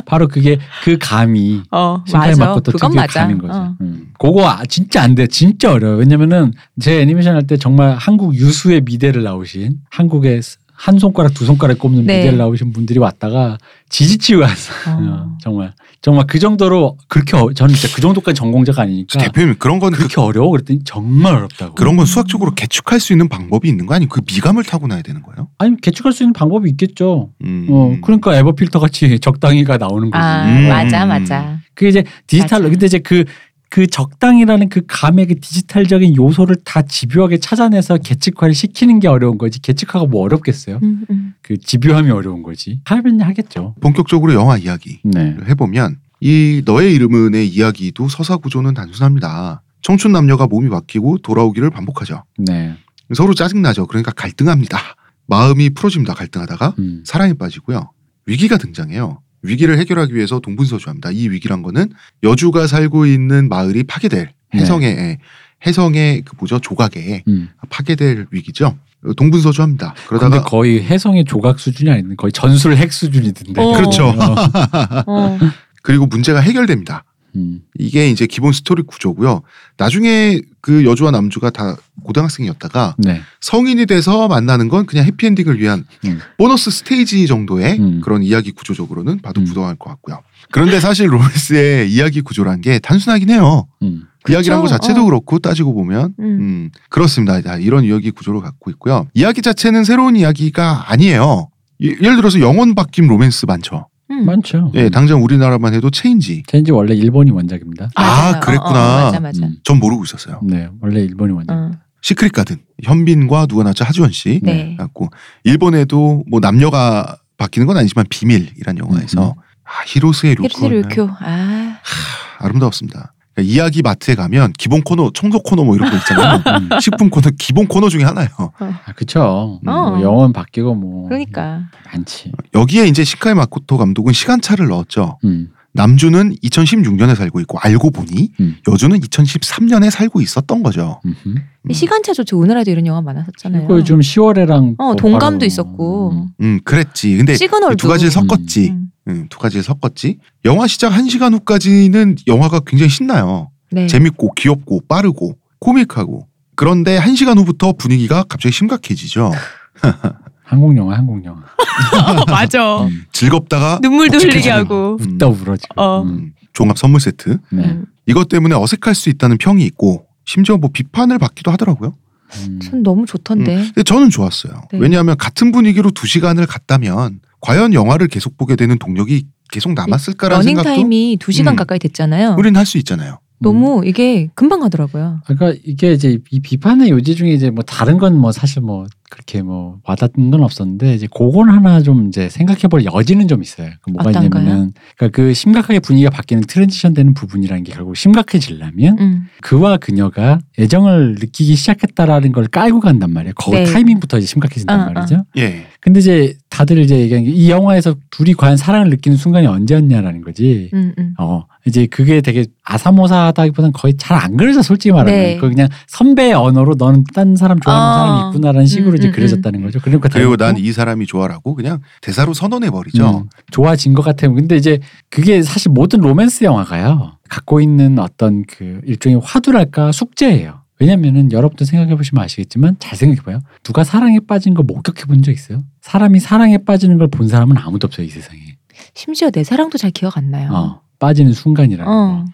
S2: 바로 그게 그 감이
S3: 어,
S2: 신발 맞고 또 특유의 감인 거죠.
S3: 어.
S2: 음. 그거 아, 진짜 안 돼. 진짜 어려워요. 왜냐면은 제 애니메이션 할 때 정말 한국 유수의 미대를 나오신 한국의 한 손가락 두 손가락 꼽는
S3: 네.
S2: 미대를 나오신 분들이 왔다가 지지치고 왔어요.
S3: 어.
S2: 정말 정말 그 정도로 그렇게 어, 저는 진짜 그 정도까지 전공자가 아니니까
S1: 대표님 그런 건 그,
S2: 그렇게 어려워 그랬더니 정말 어렵다고.
S1: 런건 수학적으로 개축할 수 있는 방법이 있는 거 아니에요? 그 미감을 타고나야 되는 거예요?
S2: 아니 개척할 수 있는 방법이 있겠죠.
S1: 음.
S2: 어 그러니까 에버 필터 같이 적당히가 나오는 거지.
S3: 아,
S1: 음.
S3: 맞아, 맞아.
S2: 그게 이제 디지털로
S3: 맞아.
S2: 근데 이제 그 그 적당이라는 그 감의 그 디지털적인 요소를 다 집요하게 찾아내서 계측화를 시키는 게 어려운 거지 계측화가 뭐 어렵겠어요?
S3: 음, 음.
S2: 그 집요함이 어려운 거지. 하면 하겠죠.
S1: 본격적으로 영화 이야기
S2: 네.
S1: 이야기를 해보면 이 너의 이름은의 이야기도 서사 구조는 단순합니다. 청춘 남녀가 몸이 바뀌고 돌아오기를 반복하죠.
S2: 네.
S1: 서로 짜증나죠. 그러니까 갈등합니다. 마음이 풀어집니다. 갈등하다가
S2: 음.
S1: 사랑에 빠지고요. 위기가 등장해요. 위기를 해결하기 위해서 동분서주합니다. 이 위기란 거는 여주가 살고 있는 마을이 파괴될
S2: 네.
S1: 해성의 예, 해성의 그 뭐죠 조각에
S2: 음.
S1: 파괴될 위기죠. 동분서주합니다.
S2: 근데
S1: 그러다가
S2: 거의 해성의 조각 수준이 아닌 거의 전술 핵 수준이던데.
S3: 어. 그렇죠.
S2: 어.
S3: 어.
S1: 그리고 문제가 해결됩니다.
S2: 음.
S1: 이게 이제 기본 스토리 구조고요. 나중에 그 여주와 남주가 다 고등학생이었다가
S2: 네.
S1: 성인이 돼서 만나는 건 그냥 해피엔딩을 위한
S2: 음.
S1: 보너스 스테이지 정도의
S2: 음.
S1: 그런 이야기 구조적으로는 봐도
S2: 음.
S1: 부당할 것 같고요. 그런데 사실 로맨스의 이야기 구조란 게 단순하긴 해요.
S2: 음.
S1: 이야기란 거
S3: 그렇죠.
S1: 자체도
S3: 어.
S1: 그렇고 따지고 보면
S3: 음.
S1: 음, 그렇습니다. 자, 이런 이야기 구조를 갖고 있고요. 이야기 자체는 새로운 이야기가 아니에요. 예- 예를 들어서 영혼 바뀜 로맨스 많죠.
S3: 음.
S2: 많죠.
S1: 예, 당장 우리나라만 해도 체인지.
S2: 젠지 원래 일본이 원작입니다.
S1: 아,
S3: 맞아요.
S1: 그랬구나.
S3: 어, 어, 맞아, 맞아.
S2: 음.
S1: 전 모르고 있었어요.
S2: 네. 원래 일본이 원작.
S3: 어.
S1: 시크릿 가든 현빈과 누가 나왔죠 하지원 씨
S3: 네.
S1: 갖고 일본에도 뭐 남녀가 바뀌는 건 아니지만 비밀이란 영화에서 아, 히로스의
S3: 히로시
S1: 루코
S3: 루쿄. 아,
S1: 어. 아름다웠습니다. 그러니까 이야기 마트에 가면 기본 코너 청소 코너 뭐 이런 거 있잖아요.
S2: 음.
S1: 식품 코너 기본 코너 중에 하나예요.
S2: 아, 그쵸.
S1: 음.
S2: 뭐
S3: 어.
S2: 영원 바뀌고 뭐.
S3: 그러니까.
S2: 많지.
S1: 여기에 이제 시카이 마코토 감독은 시간차를 넣었죠.
S2: 음.
S1: 남주는 2016년에 살고 있고 알고 보니
S2: 음.
S1: 여주는 2013년에 살고 있었던 거죠.
S2: 음흠.
S3: 이 시간차조 우리나라도 이런 영화 많았었잖아요.
S2: 그리고 요즘 10월에랑 뭐
S3: 어, 동감도 있었고.
S1: 음 그랬지. 근데
S3: 시그널도.
S1: 두 가지를 섞었지.
S3: 음.
S1: 음, 두 가지를 섞었지. 영화 시작 한시간 후까지는 영화가 굉장히 신나요.
S3: 네.
S1: 재밌고 귀엽고 빠르고 코믹하고. 그런데 한시간 후부터 분위기가 갑자기 심각해지죠.
S2: 한국 영화 한국 영화.
S3: 맞아.
S2: 음.
S1: 즐겁다가
S3: 눈물도 흘리게
S1: 묵직해지는
S3: 하고.
S1: 음,
S2: 또 울어 지금.
S3: 어.
S2: 음.
S1: 종합 선물 세트.
S2: 네.
S3: 음.
S1: 이것 때문에 어색할 수 있다는 평이 있고 심지어 뭐 비판을 받기도 하더라고요.
S2: 음.
S3: 전 너무 좋던데.
S1: 근데 저는 좋았어요.
S3: 어, 네.
S1: 왜냐하면 같은 분위기로 두 시간을 갔다면 과연 영화를 계속 보게 되는 동력이 계속 남았을까라는
S3: 러닝
S1: 생각도
S3: 타임이 2시간
S1: 음.
S3: 가까이 됐잖아요.
S1: 우리는 할 수 있잖아요.
S3: 너무 이게 금방 가더라고요.
S2: 그러니까 이게 이제 이 비판의 요지 중에 이제 뭐 다른 건 뭐 사실 뭐 그렇게 뭐 와닿는 건 없었는데 이제 그건 하나 좀 이제 생각해볼 여지는 좀 있어요. 그 뭐가
S3: 어떤가요?
S2: 있냐면은 그러니까 그 심각하게 분위기가 바뀌는 트랜지션 되는 부분이라는 게 결국 심각해지려면
S3: 음.
S2: 그와 그녀가 애정을 느끼기 시작했다라는 걸 깔고 간단 말이에요. 그
S3: 네.
S2: 타이밍부터 이제 심각해진단
S3: 어, 어.
S2: 말이죠.
S1: 예.
S2: 근데 이제 다들 이제 얘기하는 게 이 영화에서 둘이 과연 사랑을 느끼는 순간이 언제였냐라는 거지.
S3: 음, 음.
S2: 어 이제 그게 되게 아사모사하다기보다는 거의 잘 안 그려져 솔직히 말하면
S3: 네.
S2: 그 그냥 선배의 언어로 너는 딴 사람 좋아하는
S3: 아.
S2: 사람이 있구나라는 식으로
S3: 음,
S2: 이제
S3: 음,
S2: 그려졌다는 거죠. 그러니까
S1: 그리고 난
S2: 다행이고,
S1: 이 사람이 좋아라고 그냥 대사로 선언해 버리죠.
S2: 음, 좋아진 것 같아요. 근데 이제 그게 사실 모든 로맨스 영화가요 갖고 있는 어떤 그 일종의 화두랄까 숙제예요. 왜냐면은 여러분도 생각해 보시면 아시겠지만 잘 생각해 봐요. 누가 사랑에 빠진 거 목격해 본 적 있어요? 사람이 사랑에 빠지는 걸 본 사람은 아무도 없어요 이 세상에.
S3: 심지어 내 사랑도 잘 기억 안 나요.
S2: 어, 빠지는
S1: 아.
S2: 순간이라는 거.
S3: 음. 어.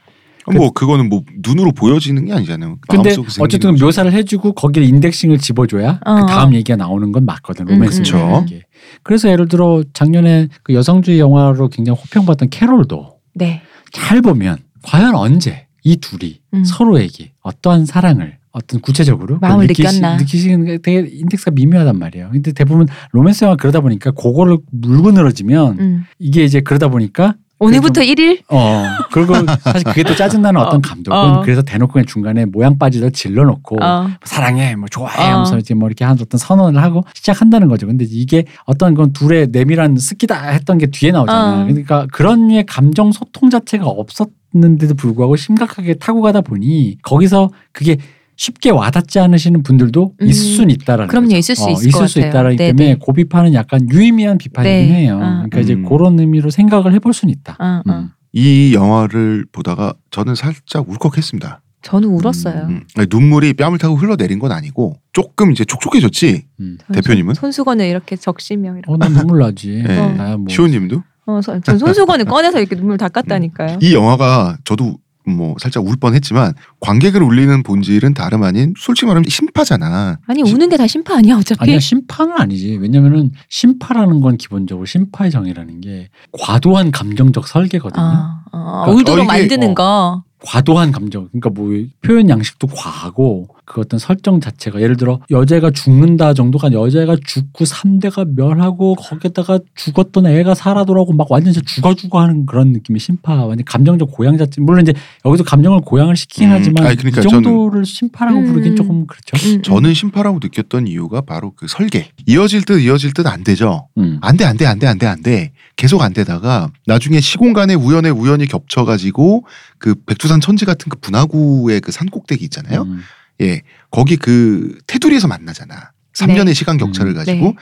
S1: 뭐 그거는 뭐 눈으로 보여지는 게 아니잖아요.
S2: 근데
S1: 마음속에서 생기는
S2: 어쨌든
S1: 거죠.
S2: 묘사를 해주고 거기에 인덱싱을 집어줘야
S3: 어.
S2: 그 다음 얘기가 나오는 건 맞거든 로맨스
S1: 그쵸.
S2: 음, 게 그래서 예를 들어 작년에 그 여성주의 영화로 굉장히 호평받던 캐롤도
S3: 네.
S2: 잘 보면 과연 언제 이 둘이
S3: 음.
S2: 서로에게 어떠한 사랑을 어떤 구체적으로
S3: 마음을
S2: 그걸 느끼시-
S3: 느꼈나.
S2: 느끼시는 게 되게 인덱스가 미묘하단 말이에요. 근데 대부분 로맨스 영화 그러다 보니까 그거를 물고 늘어지면
S3: 음.
S2: 이게 이제 그러다 보니까
S3: 오늘부터 1일?
S2: 어 그리고 사실 그게 또 짜증나는 어떤 감독은
S3: 어.
S2: 그래서 대놓고 그냥 중간에 모양 빠지다 질러놓고
S3: 어.
S2: 사랑해, 뭐 좋아해
S3: 어.
S2: 하면서 이제 뭐 이렇게 한 어떤 선언을 하고 시작한다는 거죠. 근데 이게 어떤 건 둘의 내밀한 스키다 했던 게 뒤에 나오잖아요.
S3: 어.
S2: 그러니까 그런 류의 감정 소통 자체가 없었는데도 불구하고 심각하게 타고 가다 보니 거기서 그게 쉽게 와닿지 않으시는 분들도
S3: 음.
S2: 있을 순 있다라는
S3: 그럼요,
S2: 거죠.
S3: 있을 수
S2: 어,
S3: 있을 것
S2: 수
S3: 같아요.
S2: 있다라기
S3: 네,
S2: 때문에
S3: 네.
S2: 고비파는 약간 유의미한 비판이긴
S3: 네.
S2: 해요.
S3: 아,
S2: 그러니까 이제
S1: 음.
S2: 그런 의미로 생각을 해볼 수는 있다.
S3: 어, 어.
S2: 음.
S1: 이 영화를 보다가 저는 살짝 울컥했습니다.
S3: 저는 울었어요.
S1: 음. 아니, 눈물이 뺨을 타고 흘러내린 건 아니고 조금 이제 촉촉해졌지.
S2: 음.
S1: 대표님은?
S3: 손수건을 이렇게 적시며 이렇게.
S2: 어, 난 눈물 나지.
S1: 네.
S2: 나야 뭐.
S1: 시호님도
S3: 어, 저- 전 손수건을 꺼내서 이렇게 눈물 닦았다니까요.
S1: 이 영화가 저도 뭐 살짝 울 뻔했지만 관객을 울리는 본질은 다름 아닌 솔직히 말하면 심파잖아.
S3: 아니 우는 게 다 심파 아니야 어차피.
S2: 아니야 심파는 아니지 왜냐면은 심파라는 건 기본적으로 심파의 정의라는 게 과도한 감정적 설계거든요
S3: 아, 아,
S2: 그러니까
S3: 울도록
S1: 어, 이게-
S3: 만드는
S2: 어.
S3: 거.
S2: 과도한 감정 그러니까 뭐 표현 양식도 과하고 그 어떤 설정 자체가 예를 들어 여자가 죽는다 정도가 아니라 여자가 죽고 삼대가 멸하고 거기다가 죽었던 애가 살아 돌아오고 막 완전 진짜 죽어 죽어 하는 그런 느낌의 심파 완전 감정적 고양 자체 물론 이제 여기서 감정을 고양을 시키긴
S1: 음,
S2: 하지만
S1: 아니, 그러니까
S2: 이 정도를 심파라고
S3: 음.
S2: 부르긴 조금 그렇죠
S3: 음, 음.
S1: 저는 심파라고 느꼈던 이유가 바로 그 설계. 이어질 듯 이어질 듯 안 되죠.
S2: 음.
S1: 안 돼, 안 돼, 안 돼, 안 돼, 안 돼. 계속 안 되다가 나중에 시공간의 우연에 우연히 겹쳐가지고 그 백두산 천지 같은 그 분화구의 그 산꼭대기 있잖아요.
S2: 음.
S1: 예. 거기 그 테두리에서 만나잖아. 3년의 시간 격차를
S2: 음,
S1: 가지고
S3: 네.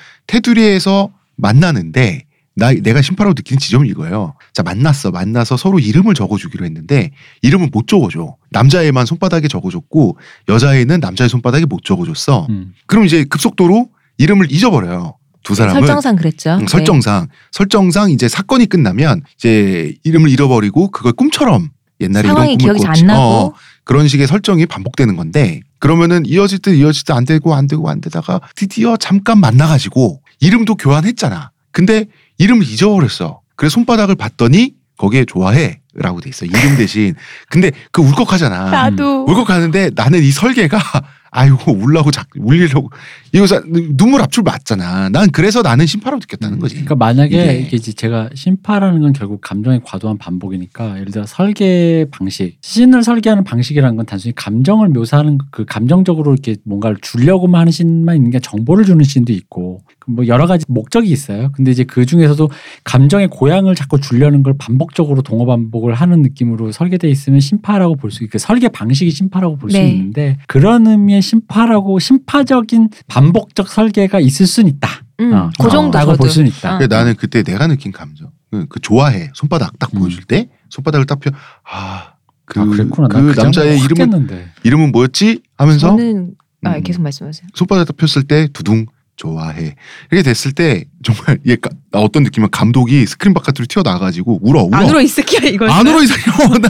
S1: 테두리에서 만나는데 나, 내가 심파라고 느끼는 지점이 이거예요. 자, 만났어. 만나서 서로 이름을 적어주기로 했는데 이름을 못 적어줘. 남자애만 손바닥에 적어줬고 여자애는 남자애 손바닥에 못 적어줬어.
S2: 음.
S1: 그럼 이제 급속도로 이름을 잊어버려요. 두그 사람은
S3: 설정상 그랬죠.
S1: 음,
S3: 네.
S1: 설정상 설정상 이제 사건이 끝나면 이제 이름을 잃어버리고 그걸 꿈처럼 옛날에
S3: 네. 상황이
S1: 이런 꿈을
S3: 기억이
S1: 꿨지.
S3: 안 나고
S1: 어, 그런 식의 설정이 반복되는 건데 그러면은 이어질 듯 이어질 듯 안 되고 안 되고 안 되다가 드디어 잠깐 만나가지고 이름도 교환했잖아. 근데 이름을 잊어버렸어. 그래서 손바닥을 봤더니 거기에 좋아해라고 돼 있어. 이름 대신. 근데 그 울컥하잖아.
S3: 나도
S1: 음. 울컥하는데 나는 이 설계가 아이고 울라고 작, 울리려고 이거 사- 눈물 압출 맞잖아. 난 그래서 나는 심파라고 느꼈다는 거지.
S2: 그러니까 만약에
S1: 이게.
S2: 이게 이제 제가 심파라는 건 결국 감정의 과도한 반복이니까 예를 들어 설계 방식, 씬을 설계하는 방식이라는 건 단순히 감정을 묘사하는 그 감정적으로 이렇게 뭔가를 주려고만 하는 씬만 있는 게 정보를 주는 씬도 있고 그뭐 여러 가지 목적이 있어요. 근데 이제 그 중에서도 감정의 고향을 자꾸 주려는 걸 반복적으로 동어 반복을 하는 느낌으로 설계돼 있으면 심파라고 볼 수 있고 설계 방식이 심파라고 볼 수
S3: 네.
S2: 있는데 그런 의미의 심파라고 심파적인 반복적 설계가 있을 순 있다.
S3: 음,
S2: 어,
S3: 그 정도
S2: 라고
S3: 저도.
S2: 볼 수는 있다.
S3: 어.
S1: 근데 나는 그때 내가 느낀 감정. 그, 그 좋아해. 손바닥 딱
S2: 음.
S1: 보여줄 때 손바닥을 딱 펴. 아, 그,
S2: 아, 그랬구나.
S1: 그 남자의 이름은
S2: 했는데.
S1: 이름은 뭐였지? 하면서
S3: 저는 아,
S1: 음.
S3: 계속 말씀하세요.
S1: 손바닥 딱 폈을 때 두둥 좋아해. 이렇게 됐을 때 정말 얘 가- 나 어떤 느낌이면 감독이 스크린 바깥으로 튀어나와가지고 울어 울어.
S3: 안 울어 이 새끼야 이걸.
S1: 안 울어, 이 사람. 나-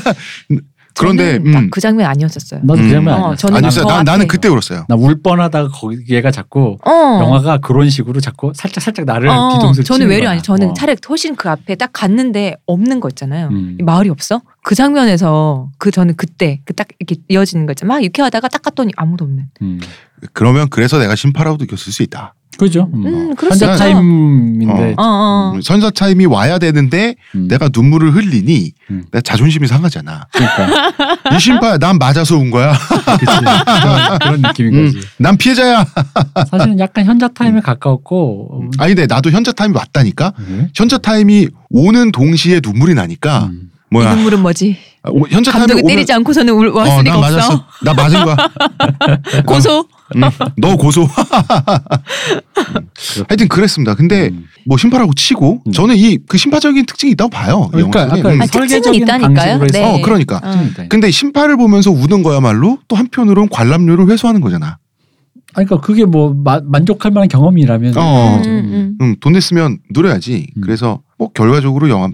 S1: 그런데 음.
S3: 그 장면 아니었었어요.
S2: 나도
S1: 음.
S2: 그 장면
S3: 어,
S2: 아니야.
S3: 저는
S1: 아니
S3: 더
S1: 진짜 나,
S3: 앞에.
S1: 나는 그때 울었어요.
S2: 나울 뻔하다가 거기 얘가 자꾸
S3: 어.
S2: 영화가 그런 식으로 자꾸 살짝 살짝 나를
S3: 어,
S2: 뒤통수
S3: 저는 외려 아니 저는 차라리 훨씬 그 앞에 딱 갔는데 없는 거 있잖아요.
S2: 음.
S3: 이 마을이 없어? 그 장면에서 그 저는 그때 그 딱 이렇게 이어지는 거 있잖아. 막 유쾌하다가 딱 갔더니 아무도 없는.
S2: 음.
S1: 그러면 그래서 내가 심파라고 느꼈을 수 있다.
S2: 그죠?
S3: 음, 그럴 수
S2: 현재
S3: 있죠.
S2: 타임인데
S3: 어, 어.
S1: 음, 선사 차임이 와야 되는데
S2: 음.
S1: 내가 눈물을 흘리니
S2: 음.
S1: 내 자존심이 상하잖아.
S2: 그러니까
S1: 이 심파 난 맞아서 운 거야.
S2: 그치. 그런, 그런 느낌인
S1: 음.
S2: 거지.
S1: 난 피해자야.
S2: 사실은 약간 현자 타임에 가까웠고 음.
S1: 아니 근데 나도 현자 타임이 왔다니까.
S2: 음.
S1: 현자 타임이 오는 동시에 눈물이 나니까
S2: 음.
S3: 이
S1: 뭐야
S3: 눈물은 뭐지?
S1: 아, 오- 현자 타임이
S3: 감독이
S1: 오면
S3: 때리지 않고서는 울, 왔을
S1: 어,
S3: 리가
S1: 나
S3: 없어.
S1: 맞았어. 나 맞은 거야.
S3: 고소.
S1: 음, 너 고소. 음. 하여튼 그랬습니다. 근데
S2: 음.
S1: 뭐 심파라고 치고
S2: 음.
S1: 저는 이 그 심파적인 특징이 있다고 봐요. 이
S2: 그러니까
S1: 영화 속에. 음.
S2: 아까
S3: 아니, 특징은
S2: 설계적인
S3: 있다니까요.
S2: 방식으로 해서
S3: 네.
S1: 어 그러니까
S3: 어.
S2: 특징이 있다.
S1: 근데 심파를 보면서 우는 거야말로 또 한편으론 관람료를 회수하는 거잖아.
S2: 아니, 그러니까 그게 뭐 마- 만족할 만한 경험이라면
S1: 어.
S2: 그죠.
S3: 음, 음.
S1: 음, 돈 냈으면 누려야지.
S2: 음.
S1: 그래서 뭐 결과적으로 영화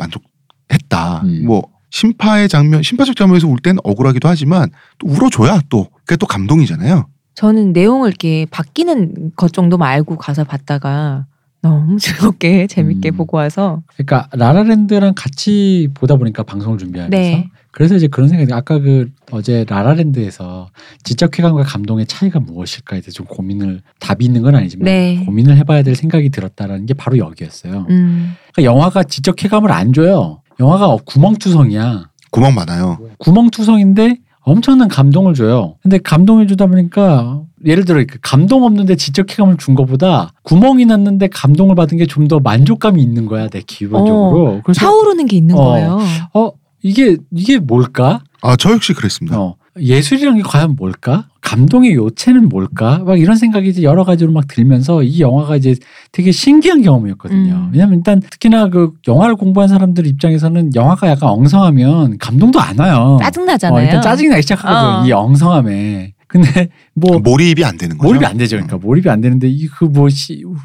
S1: 만족했다.
S2: 음.
S1: 뭐 심파의 장면, 심파적 장면에서 울 땐 억울하기도 하지만 또 울어줘야 또 그게 또 감동이잖아요.
S3: 저는 내용을 이렇게 바뀌는 것 정도만 알고 가서 봤다가 너무 즐겁게 재밌게
S2: 음.
S3: 보고 와서
S2: 그러니까 라라랜드랑 같이 보다 보니까 방송을 준비하면서
S3: 네.
S2: 그래서 이제 그런 생각이 아까 그 어제 라라랜드에서 지적쾌감과 감동의 차이가 무엇일까에 대해서 좀 고민을 답이 있는 건 아니지만
S3: 네.
S2: 고민을 해봐야 될 생각이 들었다라는 게 바로 여기였어요.
S3: 음.
S2: 그러니까 영화가 지적쾌감을 안 줘요. 영화가 어, 구멍투성이야.
S1: 구멍 많아요.
S2: 구멍투성인데 엄청난 감동을 줘요. 근데 감동을 주다 보니까 예를 들어 이렇게 감동 없는데 지적쾌감을 준 것보다 구멍이 났는데 감동을 받은 게 좀 더 만족감이 있는 거야 내
S3: 어.
S2: 기본적으로. 그래서
S3: 차오르는 게 있는
S2: 어.
S3: 거예요.
S2: 어 이게 이게 뭘까?
S1: 아 저 역시 그랬습니다.
S2: 어, 예술이란 게 과연 뭘까? 감동의 요체는 뭘까? 막 이런 생각이 이제 여러 가지로 막 들면서 이 영화가 이제 되게 신기한 경험이었거든요.
S3: 음.
S2: 왜냐면 일단 특히나 그 영화를 공부한 사람들 입장에서는 영화가 약간 엉성하면 감동도 안 와요.
S3: 음, 짜증
S2: 어,
S3: 나잖아요.
S2: 일단 짜증이 나기 시작하거든.
S3: 어.
S2: 이 엉성함에. 근데 뭐
S1: 그러니까 몰입이 안 되는 거죠.
S2: 몰입이 안 되죠. 그러니까 몰입이 안 되는데 이 그 뭐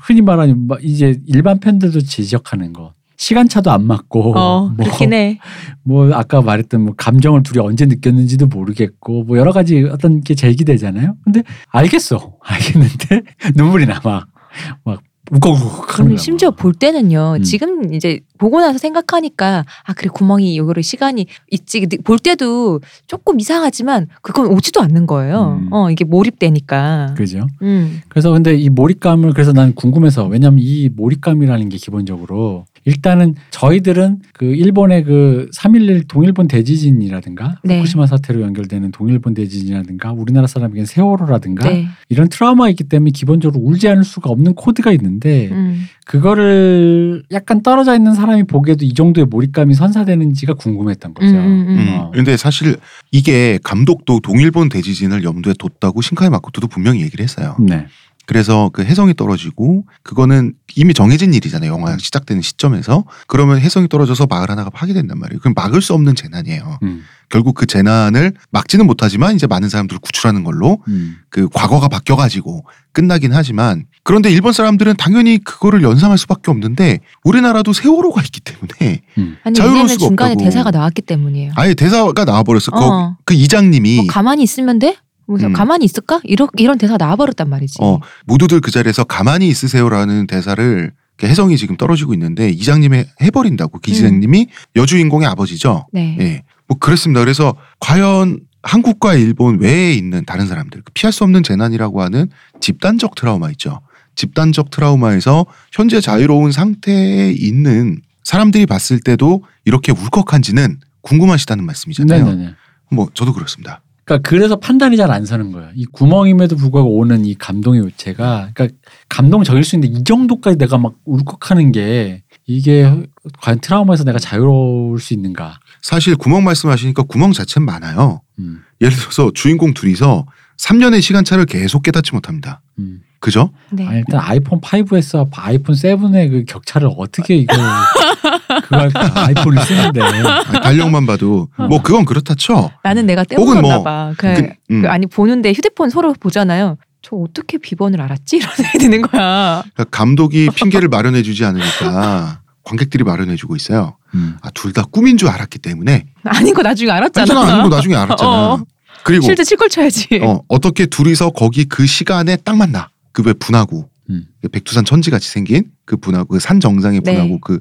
S2: 흔히 말하는 막 이제 일반 팬들도 지적하는 거. 시간차도 안 맞고
S3: 어,
S2: 뭐
S3: 그렇긴 해.
S2: 뭐 아까 말했던 뭐 감정을 둘이 언제 느꼈는지도 모르겠고 뭐 여러 가지 어떤 게 제기되잖아요. 근데 알겠어. 알겠는데 눈물이 나 막 막 우걱우걱 하는
S3: 그럼
S2: 거야.
S3: 심지어 볼 때는요.
S2: 음.
S3: 지금 이제 보고 나서 생각하니까 아 그래 구멍이 요거를 시간이 있지. 근데 볼 때도 조금 이상하지만 그건 오지도 않는 거예요.
S2: 음.
S3: 어 이게 몰입되니까.
S2: 그죠?
S3: 음.
S2: 그래서 근데 이 몰입감을 그래서 난 궁금해서 왜냐면 이 몰입감이라는 게 기본적으로 일단은 저희들은 그 일본의 그 3.11 동일본 대지진이라든가
S3: 네.
S2: 후쿠시마 사태로 연결되는 동일본 대지진이라든가 우리나라 사람에게는 세월호라든가
S3: 네.
S1: 그러니까?
S2: 이런 트라우마가 있기 때문에 기본적으로 울지 않을 수가 없는 코드가
S1: 예.
S2: 있는데
S3: 음.
S2: 그거를 약간 떨어져 있는 사람이 보기에도 이 정도의 몰입감이 선사되는지가 궁금했던 거죠.
S3: 음, 음, 음.
S1: 음.
S2: 어.
S1: 근데 사실 이게 감독도 동일본 대지진을 염두에 뒀다고 신카이 마코토도 분명히 얘기를 했어요.
S2: 네.
S1: 그래서 그 해성이 떨어지고 그거는 이미 정해진 일이잖아요. 영화 시작되는 시점에서 그러면 해성이 떨어져서 마을 하나가 파괴된단 말이에요. 그럼 막을 수 없는 재난이에요.
S2: 음.
S1: 결국 그 재난을 막지는 못하지만 이제 많은 사람들을 구출하는 걸로
S2: 음.
S1: 그 과거가 바뀌어가지고 끝나긴 하지만 그런데 일본 사람들은 당연히 그거를 연상할 수밖에 없는데 우리나라도 세월호가 있기 때문에
S3: 아니
S1: 자유로울
S3: 왜냐면
S1: 수가
S3: 중간에
S1: 없다고.
S3: 대사가 나왔기 때문이에요.
S1: 아예 대사가 나와버렸어.
S3: 어.
S1: 거- 그 이장님이
S3: 뭐 가만히 있으면 돼? 뭐
S1: 음.
S3: 가만히 있을까? 이런 이런 대사 나와버렸단 말이지.
S1: 어, 모두들 그 자리에서 가만히 있으세요라는 대사를 이렇게 해성이 지금 떨어지고 있는데 이장님이 해버린다고 그
S3: 음.
S1: 이장님이 여주인공의 아버지죠.
S3: 네.
S1: 예, 뭐 그렇습니다. 그래서 과연 한국과 일본 외에 있는 다른 사람들 그 피할 수 없는 재난이라고 하는 집단적 트라우마 있죠. 집단적 트라우마에서 현재 자유로운 상태에 있는 사람들이 봤을 때도 이렇게 울컥한지는 궁금하시다는 말씀이잖아요.
S2: 네네네.
S1: 뭐 저도 그렇습니다.
S2: 그러니까 그래서 판단이 잘 안 서는 거예요. 이 구멍임에도 불구하고 오는 이 감동의 요체가 그러니까 감동적일 수 있는데 이 정도까지 내가 막 울컥하는 게 이게 과연 트라우마에서 내가 자유로울 수 있는가?
S1: 사실 구멍 말씀하시니까 구멍 자체는 많아요.
S2: 음.
S1: 예를 들어서 주인공 둘이서 3년의 시간차를 계속 깨닫지 못합니다.
S2: 음.
S1: 그죠?
S3: 네.
S2: 아니, 일단 아이폰 5에서 아이폰 7의 그 격차를 어떻게 이거 그걸 아이폰을 쓰는데
S1: 아니, 달력만 봐도
S3: 어.
S1: 뭐 그건 그렇다 쳐.
S3: 나는 내가
S1: 혹은
S3: 때묻었나
S1: 뭐,
S3: 봐. 그,
S1: 그, 음.
S3: 그 아니 보는데 휴대폰 서로 보잖아요. 저 어떻게 비번을 알았지? 이런 생각이 드는 거야.
S1: 그러니까 감독이 핑계를 마련해 주지 않으니까 관객들이 마련해 주고 있어요.
S2: 음.
S1: 아, 둘 다 꿈인 줄 알았기 때문에
S3: 아닌 거 나중에 알았잖아.
S1: 괜찮아
S2: 뭐.
S1: 아니고 나중에 알았잖아.
S3: 어.
S1: 그리고
S3: 실드 칠걸 쳐야지.
S1: 어, 어떻게 둘이서 거기 그 시간에 딱 만나. 그 왜 분화구.
S2: 음.
S1: 백두산 천지 같이 생긴 그 분화구, 그 산 정상의
S3: 네.
S1: 분화구 그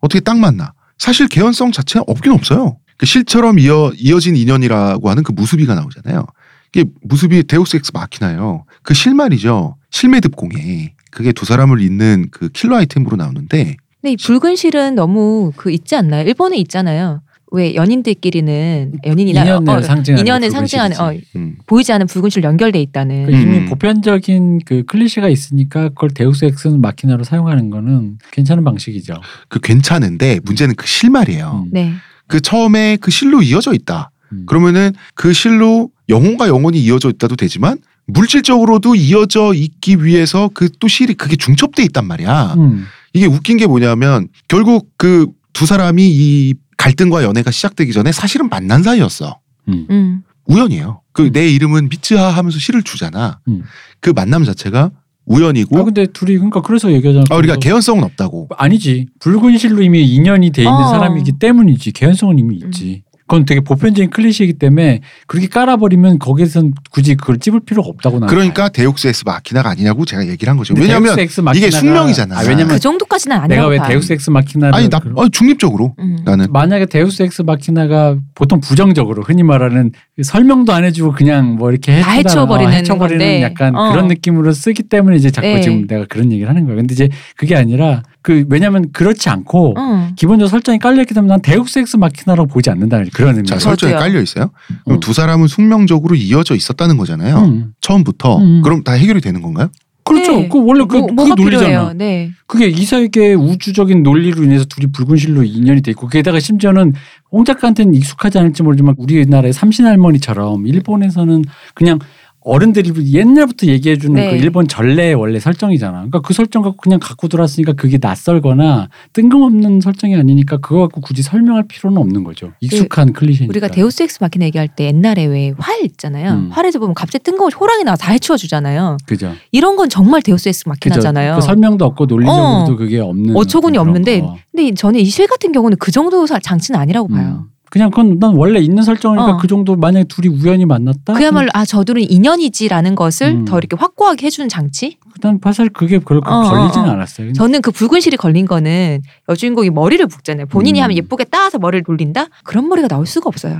S1: 어떻게 딱 만나. 사실 개연성 자체는 없긴 없어요. 그 실처럼 이어, 이어진 인연이라고 하는 그 무수비가 나오잖아요. 이게 무수비 데우스 엑스 마키나요. 그 실말이죠. 실매듭 공예. 그게 두 사람을 잇는 그 킬러 아이템으로 나오는데
S3: 근데 이 붉은 실은 너무 그 있지 않나요? 일본에 있잖아요. 왜 연인들끼리는 연인이나
S2: 그 인연을
S3: 어,
S2: 상징하는 그
S3: 인연을
S2: 붉은
S3: 상징하는
S2: 실이지.
S3: 어,
S1: 음,
S3: 보이지 않은 붉은 실 연결돼 있다는.
S2: 그러니까 이미
S1: 음.
S2: 보편적인 그 클리셰가 있으니까 그걸 데우스 엑스는 마키나로 사용하는 거는 괜찮은 방식이죠.
S1: 그 괜찮은데 문제는 그 실말이에요.
S2: 음.
S3: 네.
S1: 그 처음에 그 실로 이어져 있다.
S2: 음.
S1: 그러면은 그 실로 영혼과 영혼이 이어져 있다도 되지만 물질적으로도 이어져 있기 위해서 그 또 실이 그게 중첩돼 있단 말이야.
S2: 음.
S1: 이게 웃긴 게 뭐냐면 결국 그 두 사람이 이 갈등과 연애가 시작되기 전에 사실은 만난 사이였어.
S3: 음.
S1: 우연이에요. 그
S2: 음.
S1: 내 이름은 미츠하 하면서 실을 주잖아.
S2: 음.
S1: 그 만남 자체가
S2: 아
S1: 우연이고
S2: 근데 둘이 그러니까 그래서 얘기하잖아.
S1: 뭐? 아, 우리가
S2: 그래서-
S1: 개연성은 없다고.
S2: 아니지 붉은 실로 이미 인연이 돼 있는
S3: 어. 음.
S2: 사람이기 때문이지 개연성은 이미 있지. 그건 되게 보편적인 클리셰이기 때문에 그렇게 깔아버리면 거기선 굳이 그걸 찝을 필요가 없다고 나.
S1: 그러니까 데옥스 엑스 마키나가 아니냐고 제가 얘기를 한 거죠. 왜냐하면
S2: 엑스
S1: 이게 숙명이잖아.
S2: 아,
S3: 그
S2: 왜냐면
S3: 정도까지는 아니라고
S2: 내가 왜
S3: 봐.
S2: 데우스 엑스 마키나를
S1: 아니 나
S2: 그런-
S1: 어, 중립적으로
S3: 음.
S1: 나는
S2: 만약에 데우스 엑스 마키나가 보통 부정적으로 흔히 말하는 그 설명도 안 해주고 그냥 뭐 이렇게
S3: 다
S2: 해쳐다-
S3: 해쳐버리는
S2: 어, 해쳐버리는
S3: 건데.
S2: 약간
S3: 어.
S2: 그런 느낌으로 쓰기 때문에 이제 자꾸
S3: 네.
S2: 지금 내가 그런 얘기를 하는 거야. 근데 이제 그게 아니라 그 왜냐면 그렇지 않고
S3: 응.
S2: 기본적으로 설정이 깔려있기 때문에 난 데우스 엑스 마키나라고 보지 않는다는 그런 의미.
S1: 자 설정에
S3: 저도요.
S1: 깔려 있어요. 그럼
S2: 어.
S1: 두 사람은 숙명적으로 이어져 있었다는 거잖아요.
S2: 음.
S1: 처음부터
S2: 음.
S1: 그럼 다 해결이 되는 건가요?
S2: 그렇죠.
S3: 네.
S2: 그 원래 그,
S3: 뭐,
S2: 그
S3: 뭐가
S2: 논리잖아.
S3: 필요해요. 네.
S2: 그게 이 세계의 우주적인 논리로 인해서 둘이 붉은 실로 인연이 돼 있고 게다가 심지어는 홍 작가한테는 익숙하지 않을지 모르지만 우리나라의 삼신 할머니처럼 일본에서는 그냥 어른들이 옛날부터 얘기해주는
S3: 네.
S2: 그 일본 전래의 원래 설정이잖아. 그러니까 그 설정 갖고 그냥 갖고 들어왔으니까 그게 낯설거나 뜬금없는 설정이 아니니까 그거 갖고 굳이 설명할 필요는 없는 거죠. 익숙한 클리셰니까.
S3: 그 우리가 데우스 엑스 마키나 얘기할 때 옛날에 왜 활 있잖아요.
S2: 그러니까. 음.
S3: 활에서 보면 갑자기 뜬금없이 호랑이 나와 다 해치워 주잖아요.
S2: 그죠.
S3: 이런 건 정말 데우스 엑스
S2: 그죠.
S3: 마키나잖아요.
S2: 그 설명도 없고 논리적으로도
S3: 어.
S2: 그게 없는
S3: 어처구니
S2: 그런
S3: 없는데
S2: 거.
S3: 근데 저는 이 실 같은 경우는 그 정도 사- 장치는 아니라고 봐요.
S2: 음. 그냥 그건 난 원래 있는 설정이니까
S3: 어.
S2: 그 정도 만약에 둘이 우연히 만났다.
S3: 그야말로 아 저들은 인연이지라는 것을
S2: 음.
S3: 더 이렇게 확고하게 해주는 장치.
S2: 일단 사실 그게 그렇게
S3: 어,
S2: 걸리진
S3: 어, 어.
S2: 않았어요.
S3: 저는 그 붉은 실이 걸린 거는 여주인공이 머리를 묶잖아요. 본인이
S2: 음.
S3: 하면 예쁘게 따서 머리를 돌린다. 그런 머리가 나올 수가 없어요.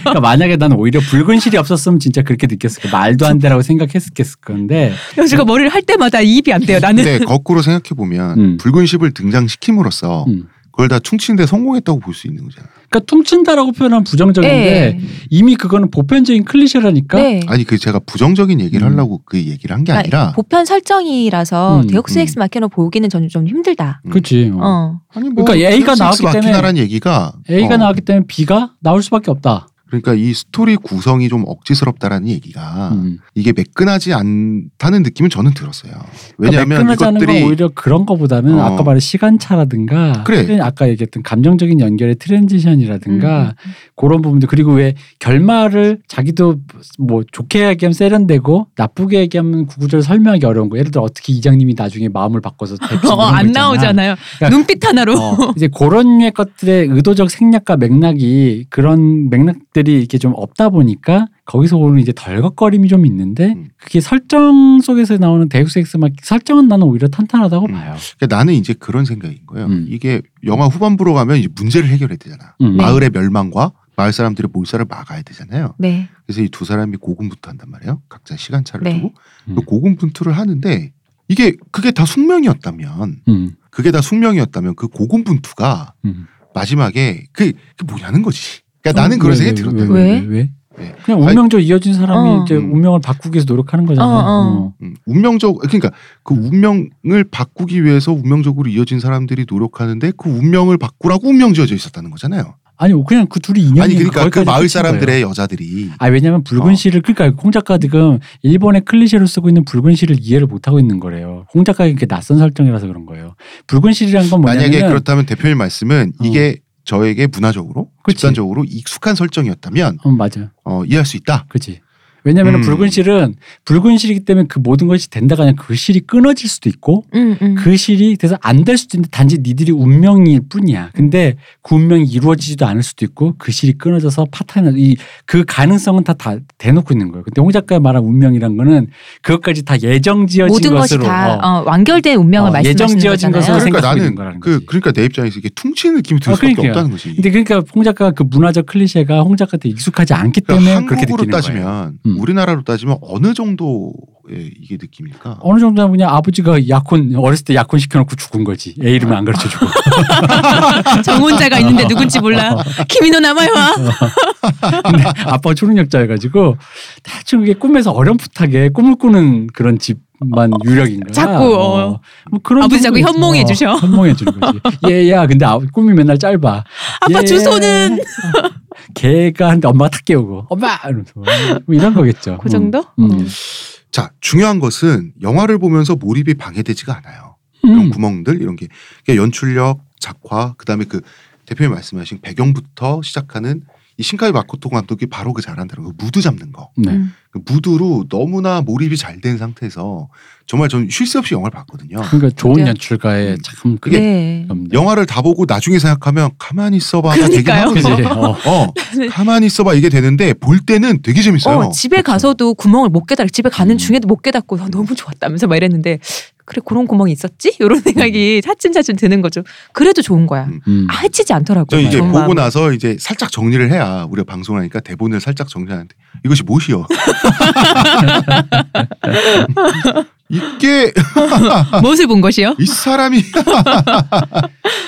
S2: 그러니까 만약에 난 오히려 붉은 실이 없었으면 진짜 그렇게 느꼈을 거야. 말도 안 돼라고 생각했을 건데
S3: 여주가 머리를 할 때마다 입이 안 돼요. 나는
S1: 근데 거꾸로 생각해 보면
S2: 음.
S1: 붉은 십을
S3: 어.
S1: 등장시킴으로써
S2: 음.
S1: 그걸 다 충치는데 성공했다고 볼 수 있는 거잖아.
S2: 그러니까 통친다라고 표현한 부정적인데
S3: 네.
S2: 이미 그거는 보편적인 클리셰라니까
S3: 네.
S1: 아니 그 제가 부정적인 얘기를
S2: 음.
S1: 하려고 그 얘기를 한 게 아니라
S3: 보편 설정이라서
S2: 음,
S3: 데옥스 엑스 마키노 보기는 저는 좀 힘들다.
S2: 그렇지.
S3: 어.
S2: 어.
S1: 음. 아니 뭐
S2: 그러니까 A가
S1: 스트레스
S2: 나왔기 때문에-
S1: 마키나라는 얘기가
S2: A가
S1: 어,
S2: 나왔기 때문에 B가 나올 수밖에 없다.
S1: 그러니까 이 스토리 구성이 좀 억지스럽다라는 얘기가
S2: 음.
S1: 이게 매끈하지 않다는 느낌은 저는 들었어요.
S2: 그러니까
S1: 왜냐하면
S2: 매끈하지 않은 건
S1: 이것들이
S2: 오히려 그런 거보다는
S1: 어.
S2: 아까 말한 시간차라든가
S1: 그래.
S2: 트랜- 아까 얘기했던 감정적인 연결의
S3: 음,
S2: 트랜지션이라든가 그런 부분들 그리고 왜 결말을 자기도 뭐 좋게 얘기하면 세련되고 나쁘게 얘기하면 구구절 설명하기 어려운 거 예를 들어 어떻게 이장님이 나중에 마음을 바꿔서 대충
S3: 어, 안 나오잖아요. 눈빛 하나로.
S2: 그러니까 어, 이제 그런 류의 것들의 의도적 생략과 맥락이 그런 맥락들이 이렇게 좀 없다 보니까 거기서 오는 이제 덜걱거림이 좀 있는데
S1: 음.
S2: 그게 설정 속에서 나오는 데우스 엑스 막 설정은 나는 오히려 탄탄하다고
S1: 음.
S2: 봐요.
S1: 그러니까 나는 이제 그런 생각인 거예요.
S2: 음.
S1: 이게 영화 후반부로 가면 이제 문제를 해결해야 되잖아.
S2: 음.
S1: 마을의 멸망과 마을 사람들의 몰살을 막아야 되잖아요.
S3: 네.
S1: 그래서 이 두 사람이 고군분투한단 말이에요. 각자 시간차를
S3: 네.
S1: 두고
S2: 음.
S1: 그 고군분투를 하는데 이게 그게 다 숙명이었다면
S2: 음.
S1: 그게 다 숙명이었다면 그 고군분투가
S2: 음.
S1: 마지막에 그, 그 뭐냐는 거지. 그러니까 나는 그런
S2: 왜,
S1: 생각이
S2: 왜,
S1: 들었다.
S3: 왜?
S2: 왜?
S1: 네.
S2: 그냥 운명적 이어진 사람이
S3: 어.
S2: 이제
S1: 음.
S2: 운명을 바꾸기 위해서 노력하는 거잖아요.
S3: 어, 어.
S2: 어.
S1: 음, 운명적 그러니까
S2: 음.
S1: 그 운명을 바꾸기 위해서 운명적으로 이어진 사람들이 노력하는데 그 운명을 바꾸라고 운명 지어져 있었다는 거잖아요.
S2: 아니 그냥 그 둘이 인연이
S1: 아니 그러니까 그
S2: 거기까지
S1: 마을
S2: 끝인 거예요.
S1: 사람들의 여자들이
S2: 아 왜냐면 붉은
S1: 어.
S2: 실을 그러니까 홍 작가 지금 일본의 클리셰로 쓰고 있는 붉은 실을 이해를 못 하고 있는 거래요. 홍 작가가 이렇게 낯선 설정이라서 그런 거예요. 붉은 실이란 건 뭐냐면
S1: 만약에 그렇다면 대표님 말씀은 이게 저에게 문화적으로
S2: 그치.
S1: 집단적으로 익숙한 설정이었다면
S2: 어 맞아,
S1: 어, 이해할 수 있다.
S2: 그지. 왜냐면
S1: 음.
S2: 은 붉은 실은 붉은 실이기 때문에 그 모든 것이 된다가 아니라 그 실이 끊어질 수도 있고
S3: 음, 음.
S2: 그 실이 돼서 안 될 수도 있는데 단지 니들이 운명일 뿐이야. 근데 그 운명이 이루어지지도 않을 수도 있고 그 실이 끊어져서 파탄이 나- 이- 그 가능성은 다, 다 대놓고 있는 거예요. 근데 홍 작가가 말한 운명이란 거는 그것까지 다 예정 지어진
S3: 모든 것이
S2: 것으로
S3: 다
S2: 어.
S3: 어, 완결된 운명을
S2: 어,
S3: 말씀하시는
S2: 예정지어진
S3: 거잖아요.
S2: 것으로
S1: 그러니까
S2: 생각하고 있는
S1: 나는
S2: 거라는
S1: 그
S2: 거지.
S1: 그러니까 내 입장에서 이게 퉁치는 느낌이 들
S2: 아,
S1: 수밖에
S2: 그러니까요.
S1: 없다는 거지.
S2: 근데 그러니까 홍 작가가 그 문화적 클리셰가 홍 작가한테 익숙하지 않기 때문에
S1: 그러니까
S2: 그렇게
S1: 한국으로
S2: 느끼는 거예요.
S1: 따지면
S2: 음.
S1: 우리나라로 따지면 어느 정도의 이게 느낌일까?
S2: 어느 정도냐 그냥 아버지가 약혼 어렸을 때 약혼 시켜놓고 죽은 거지. 애 이름을 안 가르쳐주고.
S3: 정혼자가 있는데 누군지 몰라. 키미노 나마요와.
S2: 근데 아빠가 초능력자여가지고 대충 이게 꿈에서 어렴풋하게 꿈을 꾸는 그런 집만 유력인 거야.
S3: 어, 자꾸, 어.
S2: 뭐 그런
S3: 아버지
S2: 정도
S3: 자꾸
S2: 있-
S3: 현몽해
S2: 어,
S3: 주셔.
S2: 현몽해 주는 거지. 얘야 근데 아, 꿈이 맨날 짧아.
S3: 아빠
S2: 얘.
S3: 주소는?
S2: 걔가 한데 엄마가 탁 깨우고 엄마 이러면서 뭐 이런 거겠죠.
S3: 그 정도?
S2: 음. 음.
S1: 자 중요한 것은 영화를 보면서 몰입이 방해되지가 않아요.
S2: 음.
S1: 이런 구멍들 이런 게 그러니까 연출력, 작화, 그다음에 그 대표님 말씀하신 배경부터 시작하는 이 신카이 마코토 감독이 바로 그 잘한다는 거 무드 잡는 거.
S2: 네.
S3: 음.
S1: 그 무드로 너무나 몰입이 잘 된 상태에서 정말 저는 쉴 새 없이 영화를 봤거든요.
S3: 네.
S2: 그러니까 좋은
S3: 그래요?
S2: 연출가의
S1: 음.
S2: 참 그게
S3: 네.
S2: 없네.
S1: 영화를 다 보고 나중에 생각하면 가만히 있어봐 가 되긴
S3: 그러니까요. 네.
S1: 하거든요.
S2: 그지? 어.
S1: 어, 가만히 있어봐 이게 되는데 볼 때는 되게 재밌어요.
S3: 어, 집에 가서도 구멍을 못 깨달아. 집에 가는
S1: 음.
S3: 중에도 못 깨닫고 아, 너무 좋았다면서 막 이랬는데 그래 그런 구멍이 있었지? 이런 생각이 차츰차츰 드는 거죠. 그래도 좋은 거야.
S1: 음.
S2: 음.
S3: 아, 해치지
S1: 저
S3: 않더라고요.
S1: 이제
S3: 정말.
S1: 보고 나서 이제 살짝 정리를 해야 우리가 방송하니까 대본을 살짝 정리하는데 이것이 무엇이요? 이게
S3: 무엇을 본 것이요?
S1: 이 사람이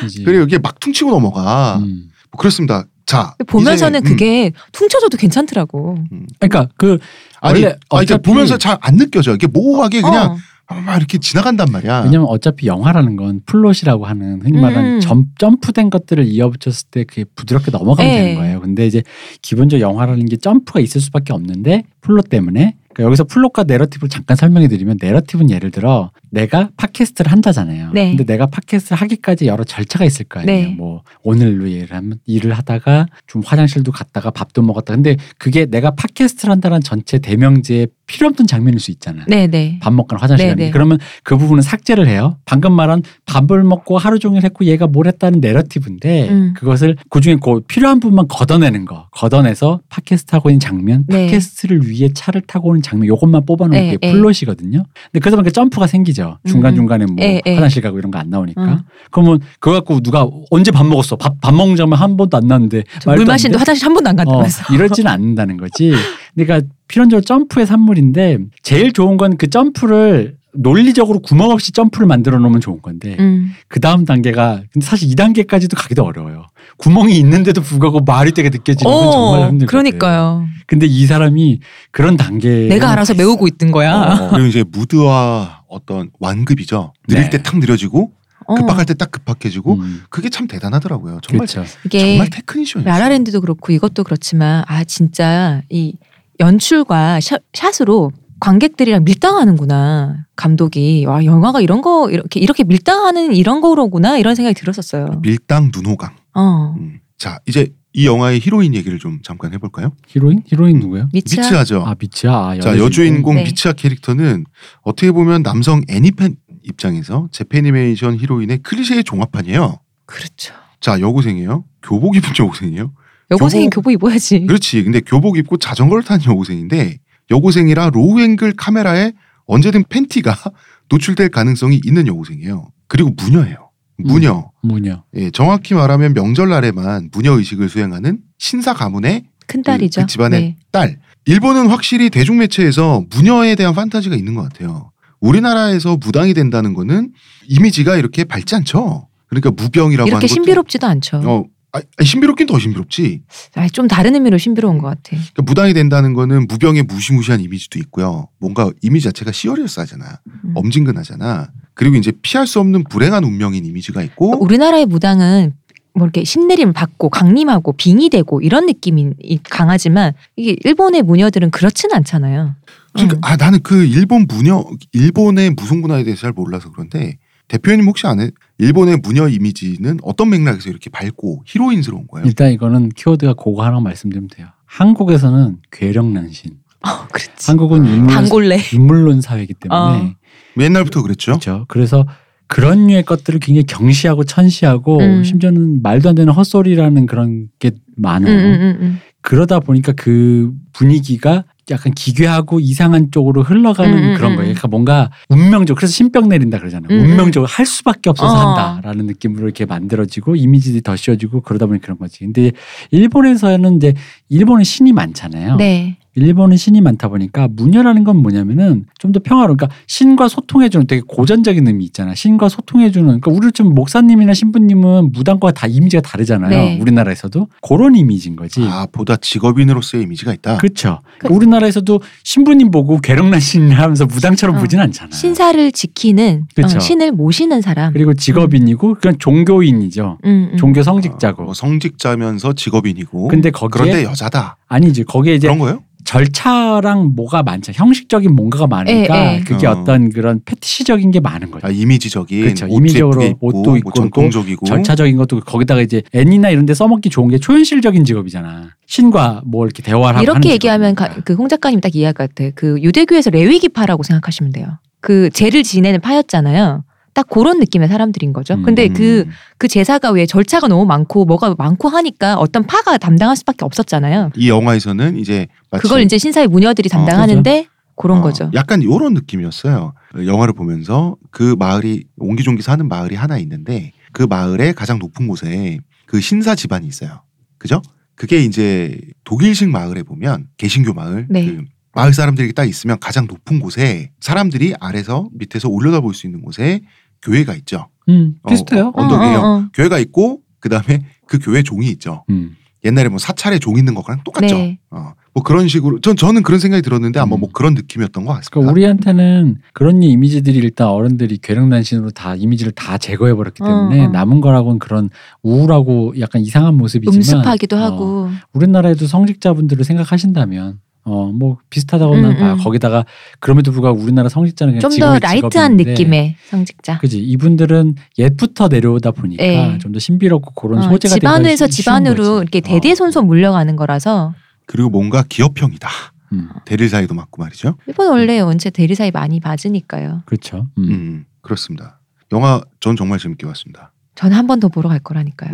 S2: 그지.
S1: 그리고 이게 막퉁치고 넘어가
S2: 음.
S1: 뭐 그렇습니다. 자
S3: 보면서는
S1: 이제, 음.
S3: 그게 퉁쳐져도 괜찮더라고.
S2: 그러니까 그
S1: 아니, 아니
S2: 원래
S1: 그러니까
S2: 어차피-
S1: 보면서 잘 안 느껴져. 이게 모호하게 그냥
S3: 어.
S1: 막 이렇게 지나간단 말이야.
S2: 왜냐면 어차피 영화라는 건 플롯이라고 하는 흔히 말하는
S3: 음.
S2: 점, 점프된 것들을 이어붙였을 때 그게 부드럽게 넘어가면
S3: 네.
S2: 되는 거예요. 근데 이제 기본적으로 영화라는 게 점프가 있을 수밖에 없는데 플롯 때문에 그러니까 여기서 플롯과 내러티브를 잠깐 설명해 드리면 내러티브는 예를 들어 내가 팟캐스트를 한다잖아요.
S3: 네.
S2: 근데 내가 팟캐스트를 하기까지 여러 절차가 있을 거 아니에요.
S3: 네.
S2: 뭐 오늘로 예를 하면 일을 하다가 좀 화장실도 갔다가 밥도 먹었다. 근데 그게 내가 팟캐스트를 한다는 전체 대명제의 필요 없는 장면일 수 있잖아. 요
S3: 네네.
S2: 밥 먹거나 화장실
S3: 네,
S2: 가는
S3: 네.
S2: 그러면 그 부분은 삭제를 해요. 방금 말한 밥을 먹고 하루 종일 했고 얘가 뭘 했다는 내러티브인데
S3: 음.
S2: 그것을 그중에 그 필요한 부분만 걷어내는 거. 걷어내서 팟캐스트 하고 있는 장면,
S3: 네.
S2: 팟캐스트를 위해 차를 타고 오는 장면 요것만 뽑아놓은
S3: 네,
S2: 게
S3: 네.
S2: 플롯이거든요. 근데 그러다 보니까 점프가 생기죠. 중간중간에 뭐
S3: 네, 네.
S2: 화장실 가고 이런 거 안 나오니까.
S3: 음.
S2: 그러면 그거 갖고 누가 언제 밥 먹었어? 밥, 밥 먹는 장면 한 번도 안 났는데
S3: 저물
S2: 말도 안
S3: 마시는데
S2: 돼?
S3: 화장실 한 번도 안
S2: 어,
S3: 간다면서.
S2: 이러지는 않는다는 거지. 그러니까 필연적으로 점프의 산물인데 제일 좋은 건 그 점프를 논리적으로 구멍 없이 점프를 만들어 놓으면 좋은 건데
S3: 음.
S2: 그 다음 단계가 근데 사실 이 단계까지도 가기도 어려워요. 구멍이 있는데도 불구하고 말이 되게 느껴지는 건 정말
S3: 어,
S2: 힘들거든.
S3: 그러니까요.
S2: 근데 이 사람이 그런
S1: 예.
S2: 음, 단계
S3: 내가
S1: 어.
S3: 알아서 메우고 있던 거야.
S2: 어,
S1: 그리고 이제 무드와 어떤 완급이죠. 느릴
S2: 네.
S1: 때 탁 느려지고
S3: 어.
S1: 급박할 때 딱 급박해지고
S2: 음,
S1: 그게 참 대단하더라고요. 정말
S2: 그렇죠.
S3: 이게
S1: 정말 테크니션이에요.
S3: 네. 라라랜드도 그렇고 이것도 그렇지만 아 진짜 이 연출과 샷, 샷으로 관객들이랑 밀당하는구나 감독이 와 영화가 이런 거 이렇게 이렇게 밀당하는 이런 거로구나 이런 생각이 들었었어요.
S1: 밀당 눈호강.
S3: 어
S1: 음. 자 이제 이 영화의 히로인 얘기를 좀 잠깐 해볼까요?
S2: 히로인 히로인 누구예요?
S3: 미치야.
S1: 미츠하죠.
S2: 아 미치야. 아,
S1: 자
S2: 여자친구.
S1: 여주인공
S3: 네.
S1: 미츠하 캐릭터는 어떻게 보면 남성 애니팬 입장에서 재패니메이션 히로인의 클리셰의 종합판이에요.
S3: 그렇죠.
S1: 자 여고생이에요. 교복 입은 여고생이에요.
S3: 여고생이
S1: 교복-
S3: 교복 입어야지.
S1: 그렇지. 근데 교복 입고 자전거를 탄 여고생인데 여고생이라 로우앵글 카메라에 언제든 팬티가 노출될 가능성이 있는 여고생이에요. 그리고 무녀예요. 무녀.
S2: 뭐냐?
S1: 예, 정확히 말하면 명절날에만 무녀 의식을 수행하는 신사 가문의
S3: 큰
S1: 그-
S3: 딸이죠.
S1: 그 집안의
S3: 네.
S1: 딸. 일본은 확실히 대중매체에서 무녀에 대한 판타지가 있는 것 같아요. 우리나라에서 무당이 된다는 거는 이미지가 이렇게 밝지 않죠. 그러니까 무병이라고 하는
S3: 이렇게
S1: 것도-
S3: 신비롭지도 않죠.
S1: 어, 아, 아니, 신비롭긴 더 신비롭지.
S3: 아, 좀 다른 의미로 신비로운 것 같아.
S1: 그러니까 무당이 된다는 거는 무병의 무시무시한 이미지도 있고요. 뭔가 이미지 자체가 시어리어스하잖아.
S3: 음.
S1: 엄진근하잖아. 그리고 이제 피할 수 없는 불행한 운명인 이미지가 있고
S3: 우리나라의 무당은 뭐 이렇게 신내림 받고 강림하고 빙의되고 이런 느낌이 강하지만 이게 일본의 무녀들은 그렇진 않잖아요.
S1: 그러니까
S3: 음.
S1: 아 나는 그 일본 무녀 일본의 무속 문화에 대해서 잘 몰라서 그런데 대표님 혹시 아는 일본의 무녀 이미지는 어떤 맥락에서 이렇게 밝고 히로인스러운 거예요?
S2: 일단 이거는 키워드가 그거 하나 말씀드리면 돼요. 한국에서는 괴력난신.
S3: 어, 그렇지.
S2: 한국은 인물
S3: 단골레.
S2: 인물론 사회이기 때문에
S3: 어.
S1: 옛날부터 그랬죠.
S2: 그렇죠. 그래서 그런 류의 것들을 굉장히 경시하고 천시하고
S3: 음.
S2: 심지어는 말도 안 되는 헛소리라는 그런 게
S3: 음,
S2: 많아요.
S3: 음, 음, 음.
S2: 그러다 보니까 그 분위기가 약간 기괴하고 이상한 쪽으로 흘러가는
S3: 음, 음,
S2: 그런
S3: 음.
S2: 거예요. 그러니까 뭔가 운명적 그래서 신병 내린다 그러잖아요.
S3: 음, 음.
S2: 운명적으로 할 수밖에 없어서
S3: 어.
S2: 한다라는 느낌으로 이렇게 만들어지고 이미지들이 더 씌워지고 그러다 보니 그런 거지. 근데 일본에서는 이제 일본은 신이 많잖아요.
S3: 네.
S2: 일본은 신이 많다 보니까 무녀라는 건 뭐냐면은 좀 더 평화로운 그러니까 신과 소통해주는 되게 고전적인 의미 있잖아 신과 소통해주는 그러니까 우리 지금 목사님이나 신부님은 무당과 다 이미지가 다르잖아요
S3: 네.
S2: 우리나라에서도 그런 이미지인 거지
S1: 아 보다 직업인으로서의 이미지가 있다.
S2: 그렇죠
S3: 그-
S2: 우리나라에서도 신부님 보고 괴력난 신 하면서 무당처럼
S3: 어.
S2: 보진 않잖아
S3: 신사를 지키는 어,
S2: 그쵸.
S3: 신을 모시는 사람.
S2: 그리고 직업인이고 그냥 종교인이죠
S3: 음, 음.
S2: 종교
S1: 아,
S2: 성직자고
S1: 뭐 성직자면서 직업인이고
S2: 근데 거기에
S1: 그런데 여자다.
S2: 아니지 거기에 이제
S1: 그런 거예요?
S2: 절차랑 뭐가 많죠. 형식적인 뭔가가 많으니까
S3: 예, 예.
S2: 그게
S1: 어.
S2: 어. 떤 그런 패티시적인 게 많은 거죠.
S1: 아, 이미지적인
S2: 그렇죠.
S1: 옷도
S2: 이미지적으로
S1: 예쁘게 입고,
S2: 옷도 입고
S1: 뭐 전통적이고
S2: 절차적인 것도 거기다가 이제 애니나 이런 데 써먹기 좋은 게 초현실적인 직업이잖아. 신과 뭐 이렇게 대화를 하고
S3: 이렇게
S2: 하는
S3: 얘기하면
S2: 직업이니까.
S3: 그 홍 작가님 딱 이해할 것 같아요. 그 유대교에서 레위기파라고 생각하시면 돼요. 그 제를 지내는 파였잖아요. 딱 그런 느낌의 사람들인 거죠.
S2: 음.
S3: 근데 그 그
S1: 음.
S3: 제사가 왜 절차가 너무 많고 뭐가 많고 하니까 어떤 파가 담당할 수밖에 없었잖아요.
S1: 이 영화에서는 이제 마치
S3: 그걸 이제 신사의 무녀들이
S2: 아,
S3: 담당하는데 그런
S1: 어,
S3: 거죠.
S1: 약간 요런 느낌이었어요. 영화를 보면서 그 마을이 옹기종기 사는 마을이 하나 있는데 그 마을의 가장 높은 곳에 그 신사 집안이 있어요. 그죠? 그게 이제 독일식 마을에 보면 개신교 마을
S3: 네.
S1: 그 마을 사람들이 딱 있으면 가장 높은 곳에 사람들이 아래서 밑에서 올려다볼 수 있는 곳에 교회가 있죠.
S2: 음,
S1: 어,
S2: 비슷해요.
S1: 어, 언덕이에요.
S3: 어, 어, 어.
S1: 교회가 있고 그다음에 그 교회 종이 있죠.
S2: 음.
S1: 옛날에 뭐 사찰에 종 있는 거랑 똑같죠.
S3: 네.
S1: 어, 뭐 그런 식으로 전 저는 그런 생각이 들었는데 아마
S2: 음.
S1: 뭐 그런 느낌이었던 것
S2: 그러니까
S1: 같습니다.
S2: 우리한테는 그런 이미지들이 일단 어른들이 괴력난신으로 다 이미지를 다 제거해 버렸기
S3: 어,
S2: 때문에
S3: 어.
S2: 남은 거라고는 그런 우울하고 약간 이상한 모습이지만
S3: 음습하기도
S2: 어,
S3: 하고
S2: 우리나라에도 성직자분들을 생각하신다면 어 뭐 비슷하다고는
S3: 음,
S2: 봐요.
S3: 음.
S2: 거기다가 그럼에도 불구하고 우리나라 성직자는
S3: 좀 더 라이트한
S2: 직업인데
S3: 느낌의 성직자.
S2: 그지 이분들은 옛부터 내려오다 보니까
S3: 예.
S2: 좀 더 신비롭고 그런
S3: 어,
S2: 소재가 되기가
S3: 집안에서
S2: 쉬운
S3: 집안으로
S2: 거지.
S3: 이렇게
S2: 어.
S3: 대대손손 물려가는 거라서
S1: 그리고 뭔가 기업형이다.
S2: 음,
S1: 대릴 사이도 맞고 말이죠.
S3: 일본 원래 원체 대리사이 많이 맞으니까요.
S2: 그렇죠. 음.
S1: 음, 그렇습니다. 영화 전 정말 재밌게 봤습니다.
S3: 저는 한 번 더 보러 갈 거라니까요.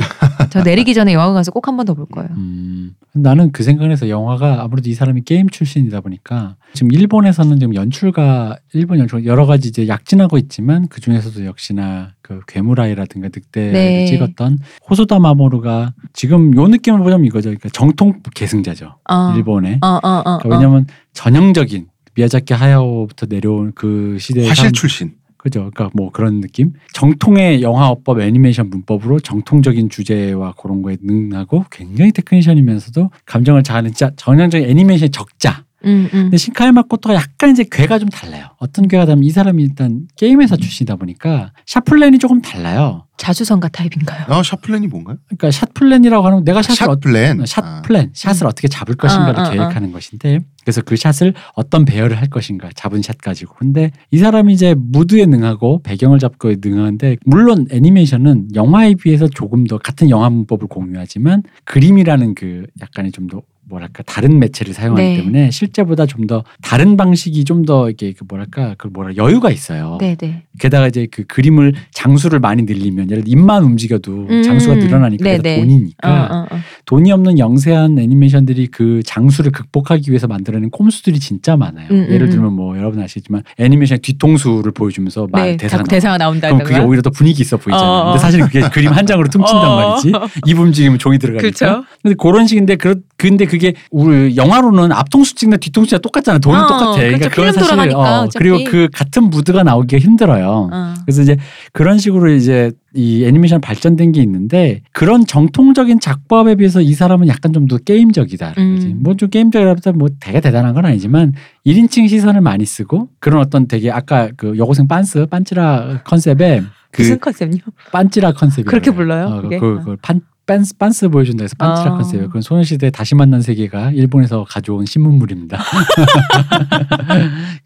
S3: 저 내리기 전에 영화관 가서 꼭 한 번 더 볼 거예요.
S2: 음, 나는 그 생각에서 영화가 아무래도 이 사람이 게임 출신이다 보니까 지금 일본에서는 지금 연출가 일본 연출 여러 가지 이제 약진하고 있지만 그 중에서도 역시나 그 괴물아이라든가 늑대를
S3: 네.
S2: 찍었던 호소다 마모루가 지금 요 느낌을 보자면 이거죠. 그러니까 정통 계승자죠.
S3: 어.
S2: 일본의.
S3: 어, 어, 어,
S2: 그러니까 왜냐면 전형적인 미야자키 하야오부터 내려온 그 시대의
S1: 화실
S2: 사람-
S1: 출신.
S2: 그죠. 그러니까 뭐 그런 느낌. 정통의 영화어법 애니메이션 문법으로 정통적인 주제와 그런 거에 능하고 굉장히 테크니션이면서도 감정을 자아내는 진짜 전형적인 애니메이션의 적자.
S3: 어. 음, 음.
S2: 근데 신카이마 코토가 약간 이제 괴가 좀 달라요. 어떤 괴가 다면 이 사람이 일단 게임회사 출신이다 보니까 샷플랜이 조금 달라요.
S3: 자주성가 타입인가요?
S2: 어.
S1: 아, 샷플랜이 뭔가요?
S2: 그러니까 샷플랜이라고 하는 건 내가 샷을 어-
S1: 샷플랜.
S2: 샷
S1: 아,
S2: 플랜, 샷을 어떻게 잡을 것인가를
S3: 음. 아, 아, 아.
S2: 계획하는 것인데 그래서 그 샷을 어떤 배열을 할 것인가 잡은 샷 가지고 근데 이 사람이 이제 무드에 능하고 배경을 잡고에 능한데 물론 애니메이션은 영화에 비해서 조금 더 같은 영화 문법을 공유하지만 그림이라는 그 약간의 좀 더 뭐랄까 다른 매체를 사용하기
S3: 네.
S2: 때문에 실제보다 좀 더 다른 방식이 좀 더 이게 그 뭐랄까 그 뭐라 여유가 있어요.
S3: 네, 네.
S2: 게다가 이제 그 그림을 장수를 많이 늘리면 예를 들어 입만 움직여도 장수가
S3: 음,
S2: 늘어나니까
S3: 네,
S2: 그게
S3: 네.
S2: 돈이니까
S3: 어, 어, 어.
S2: 돈이 없는 영세한 애니메이션들이 그 장수를 극복하기 위해서 만들어낸 꼼수들이 진짜 많아요.
S3: 음, 음,
S2: 예를 들면 뭐 여러분 아시겠지만 애니메이션의 뒤통수를 보여주면서 말
S3: 네,
S2: 아, 대사가
S3: 자꾸
S2: 나와.
S3: 대사가
S2: 그럼
S3: 나온다든가.
S2: 그게 오히려 더 분위기 있어 보이잖아요.
S3: 어, 어.
S2: 근데 사실 그게 그림 한 장으로 퉁친단
S3: 어, 어.
S2: 말이지. 입 움직이면 종이 들어가니까.
S3: 그렇죠.
S2: 근데 그런 식인데 그 근데 그게 우리 영화로는 앞통수 찍나 뒤통수 찍나 똑같잖아. 돈은
S3: 어,
S2: 똑같아. 그러니까
S3: 그렇죠.
S2: 그건
S3: 필름
S2: 사실
S3: 돌아가니까
S2: 어,
S3: 어차피.
S2: 그리고 그 같은 무드가 나오기가 힘들어요.
S3: 어.
S2: 그래서 이제 그런 식으로 이제 이 애니메이션 발전된 게 있는데 그런 정통적인 작법에 비해서 이 사람은 약간 좀 더 게임적이다.
S3: 음.
S2: 뭐좀 게임적이라면 뭐 되게 대단한 건 아니지만 1인칭 시선을 많이 쓰고 그런 어떤 되게 아까 그 여고생 빤스 빤찌라 컨셉에 그
S3: 무슨 컨셉이요?
S2: 빤찌라 컨셉이
S3: 그렇게 불러요?
S2: 어,
S3: 그게?
S2: 그, 그, 판 빤스, 빤스 보여준다 해서 빤치라
S3: 아.
S2: 컨셉이에요. 그건 소녀시대 다시 만난 세계가 일본에서 가져온 신문물입니다.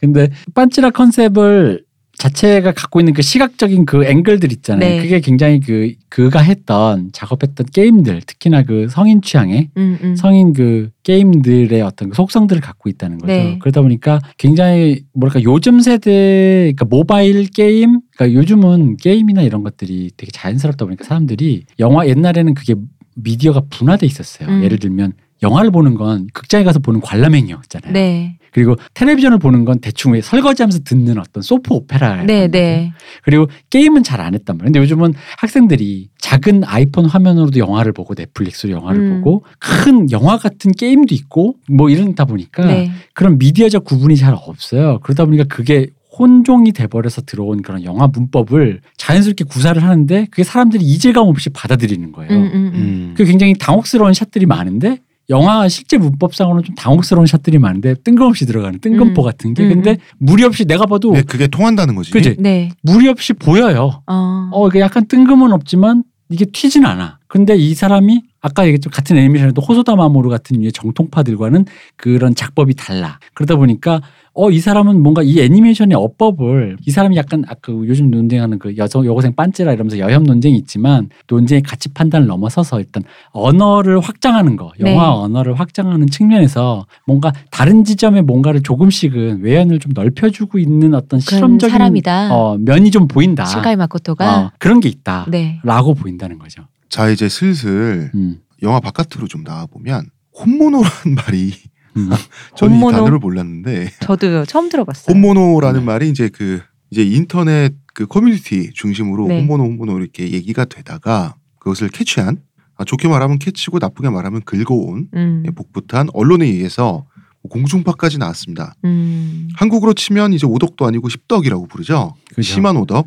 S2: 근데 빤치라 컨셉을 자체가 갖고 있는 그 시각적인 그 앵글들 있잖아요.
S3: 네.
S2: 그게 굉장히 그 그가 했던 작업했던 게임들, 특히나 그 성인 취향의
S3: 음, 음.
S2: 성인 그 게임들의 어떤 그 속성들을 갖고 있다는 거죠.
S3: 네.
S2: 그러다 보니까 굉장히 뭐랄까 요즘 세대 그러니까 모바일 게임 그러니까 요즘은 게임이나 이런 것들이 되게 자연스럽다 보니까 사람들이 영화 옛날에는 그게 미디어가 분화돼 있었어요.
S3: 음.
S2: 예를 들면 영화를 보는 건 극장에 가서 보는 관람행위였잖아요.
S3: 네,
S2: 그리고 텔레비전을 보는 건 대충 왜 설거지하면서 듣는 어떤 소프 오페라.
S3: 네, 네.
S2: 그리고 게임은 잘 안 했단 말이에요. 근데 요즘은 학생들이 작은 아이폰 화면으로도 영화를 보고 넷플릭스로 영화를
S3: 음.
S2: 보고 큰 영화 같은 게임도 있고 뭐 이런다 보니까
S3: 네.
S2: 그런 미디어적 구분이 잘 없어요. 그러다 보니까 그게 혼종이 돼버려서 들어온 그런 영화 문법을 자연스럽게 구사를 하는데 그게 사람들이 이질감 없이 받아들이는 거예요.
S3: 음, 음, 음.
S1: 음.
S2: 그 굉장히 당혹스러운 샷들이 많은데 영화 실제 문법상으로는 좀 당혹스러운 샷들이 많은데 뜬금없이 들어가는 뜬금포
S3: 음.
S2: 같은 게
S3: 음,
S2: 근데
S3: 음.
S2: 무리 없이 내가 봐도
S1: 네, 그게 통한다는 거지.
S2: 그지
S3: 네.
S2: 무리 없이 보여요.
S3: 어.
S2: 어, 이게 약간 뜬금은 없지만 이게 튀진 않아. 근데 이 사람이 아까 얘기했지만 같은 애니메이션에도 호소다마모루 같은 유의 정통파들과는 그런 작법이 달라. 그러다 보니까 어 이 사람은 뭔가 이 애니메이션의 어법을 이 사람이 약간 아, 그 요즘 논쟁하는 그 여성 여고생 빤찌라 이러면서 여혐 논쟁이 있지만 논쟁의 가치 판단을 넘어서서 일단 언어를 확장하는 거 영화
S3: 네.
S2: 언어를 확장하는 측면에서 뭔가 다른 지점에 뭔가를 조금씩은 외연을 좀 넓혀주고 있는 어떤
S3: 그런
S2: 실험적인
S3: 사람이다.
S2: 어, 면이 좀 보인다.
S3: 신가이 마코토가
S2: 어, 그런 게 있다.
S3: 네.
S2: 라고 보인다는 거죠.
S1: 자 이제 슬슬
S2: 음.
S1: 영화 바깥으로 좀 나와 보면 혼모노라는 말이
S2: 음.
S1: 저는 이
S3: 혼모노? 네.
S1: 단어를 몰랐는데
S3: 저도 처음 들어봤어요.
S1: 혼모노라는
S2: 네.
S1: 말이 이제 그 이제 인터넷 그 커뮤니티 중심으로
S3: 네.
S1: 혼모노 혼모노 이렇게 얘기가 되다가 그것을 캐치한 아, 좋게 말하면 캐치고 나쁘게 말하면 긁어온
S3: 음.
S1: 예, 복붙한 언론에 의해서 공중파까지 나왔습니다.
S3: 음.
S1: 한국으로 치면 이제 오덕도 아니고 십덕이라고 부르죠.
S2: 그죠.
S1: 심한 오덕.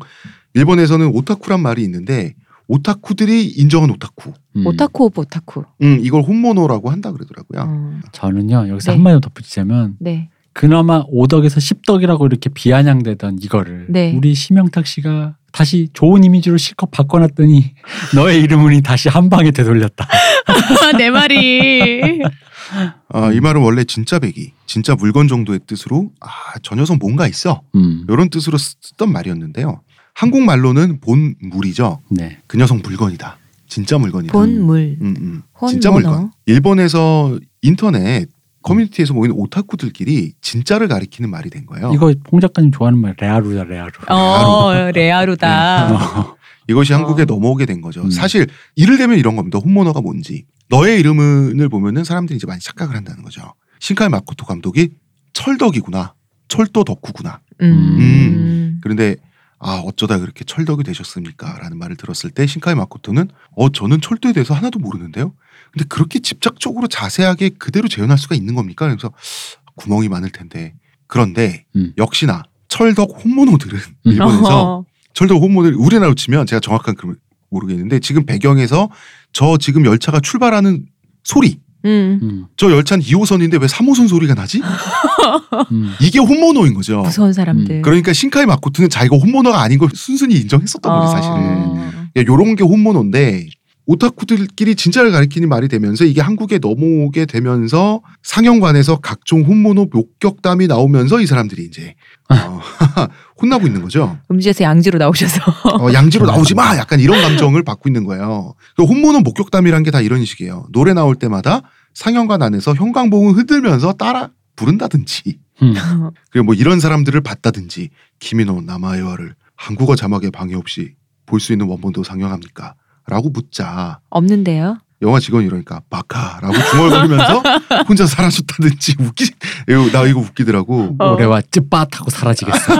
S1: 일본에서는 오타쿠란 말이 있는데 오타쿠들이 인정한 오타쿠.
S2: 음.
S3: 오타쿠 오브 오타쿠.
S1: 음, 이걸 혼모노라고 한다 그러더라고요.
S3: 어.
S2: 저는요 여기서
S3: 네.
S2: 한마디 덧붙이자면
S3: 네.
S2: 그나마 5덕에서 10덕이라고 이렇게 비아냥대던 이거를
S3: 네.
S2: 우리 심영탁 씨가 다시 좋은 이미지로 실컷 바꿔놨더니 너의 이름은이 다시 한 방에 되돌렸다.
S3: 아, 내 말이.
S1: 아, 이 말은 원래 진짜 배기, 진짜 물건 정도의 뜻으로 아, 저 녀석 뭔가 있어.
S2: 음.
S1: 이런 뜻으로 쓰- 쓰던 말이었는데요. 한국말로는 본물이죠.
S2: 네.
S1: 그 녀석 물건이다. 진짜 물건이다.
S3: 본물.
S1: 음, 음.
S3: 혼모노.
S1: 진짜 물건. 일본에서 인터넷 커뮤니티에서 모이는 오타쿠들끼리 진짜를 가리키는 말이 된 거예요.
S2: 이거 홍 작가님 좋아하는 말 레아루다 레아루.
S3: 어 레아루다.
S1: 이것이
S3: 어.
S1: 한국에 넘어오게 된 거죠.
S2: 음.
S1: 사실 이를 대면 이런 겁니다. 혼모노가 뭔지. 너의 이름을 보면은 사람들이 이제 많이 착각을 한다는 거죠. 신카이 마코토 감독이 철덕이구나. 철도 덕후구나.
S3: 음.
S1: 그런데 아 어쩌다 그렇게 철덕이 되셨습니까라는 말을 들었을 때 신카이 마코토는 어 저는 철도에 대해서 하나도 모르는데요. 근데 그렇게 집착적으로 자세하게 그대로 재현할 수가 있는 겁니까? 그래서 구멍이 많을 텐데 그런데
S2: 음.
S1: 역시나 철덕 혼모노들은 일본에서
S3: 어허.
S1: 철도 홈모델 우리나라로 치면 제가 정확한 그걸 모르겠는데 지금 배경에서 저 지금 열차가 출발하는 소리
S3: 음.
S2: 음.
S1: 저 열차는 2호선인데 왜 3호선 소리가 나지?
S3: 어.
S2: 음.
S1: 이게 혼모노인 거죠.
S3: 무서운 사람들.
S1: 그러니까 신카이 마코트는 자기가 혼모노가 아닌 걸 순순히 인정했었던 거죠 사실은.
S3: 어.
S1: 야, 요런 게 혼모노인데 오타쿠들끼리 진짜를 가리키는 말이 되면서 이게 한국에 넘어오게 되면서 상영관에서 각종 혼모노 목격담이 나오면서 이 사람들이 이제 어, 혼나고 있는 거죠.
S3: 음주에서 양주로 나오셔서.
S1: 어, 양지로 나오지 마! 약간 이런 감정을 받고 있는 거예요. 그 혼모는 목격담이란 게 다 이런 식이에요. 노래 나올 때마다 상영관 안에서 형광봉을 흔들면서 따라 부른다든지,
S2: 음.
S1: 그리고 뭐 이런 사람들을 봤다든지, 김인호 남아요를 한국어 자막에 방해 없이 볼 수 있는 원본도 상영합니까? 라고 묻자.
S3: 없는데요.
S1: 영화 직원이 이러니까 바카라고 중얼거리면서 혼자 사라졌다든지 웃기 이거- 나 이거 웃기더라고
S3: 어.
S2: 올해와 쯔빠하고 사라지겠어.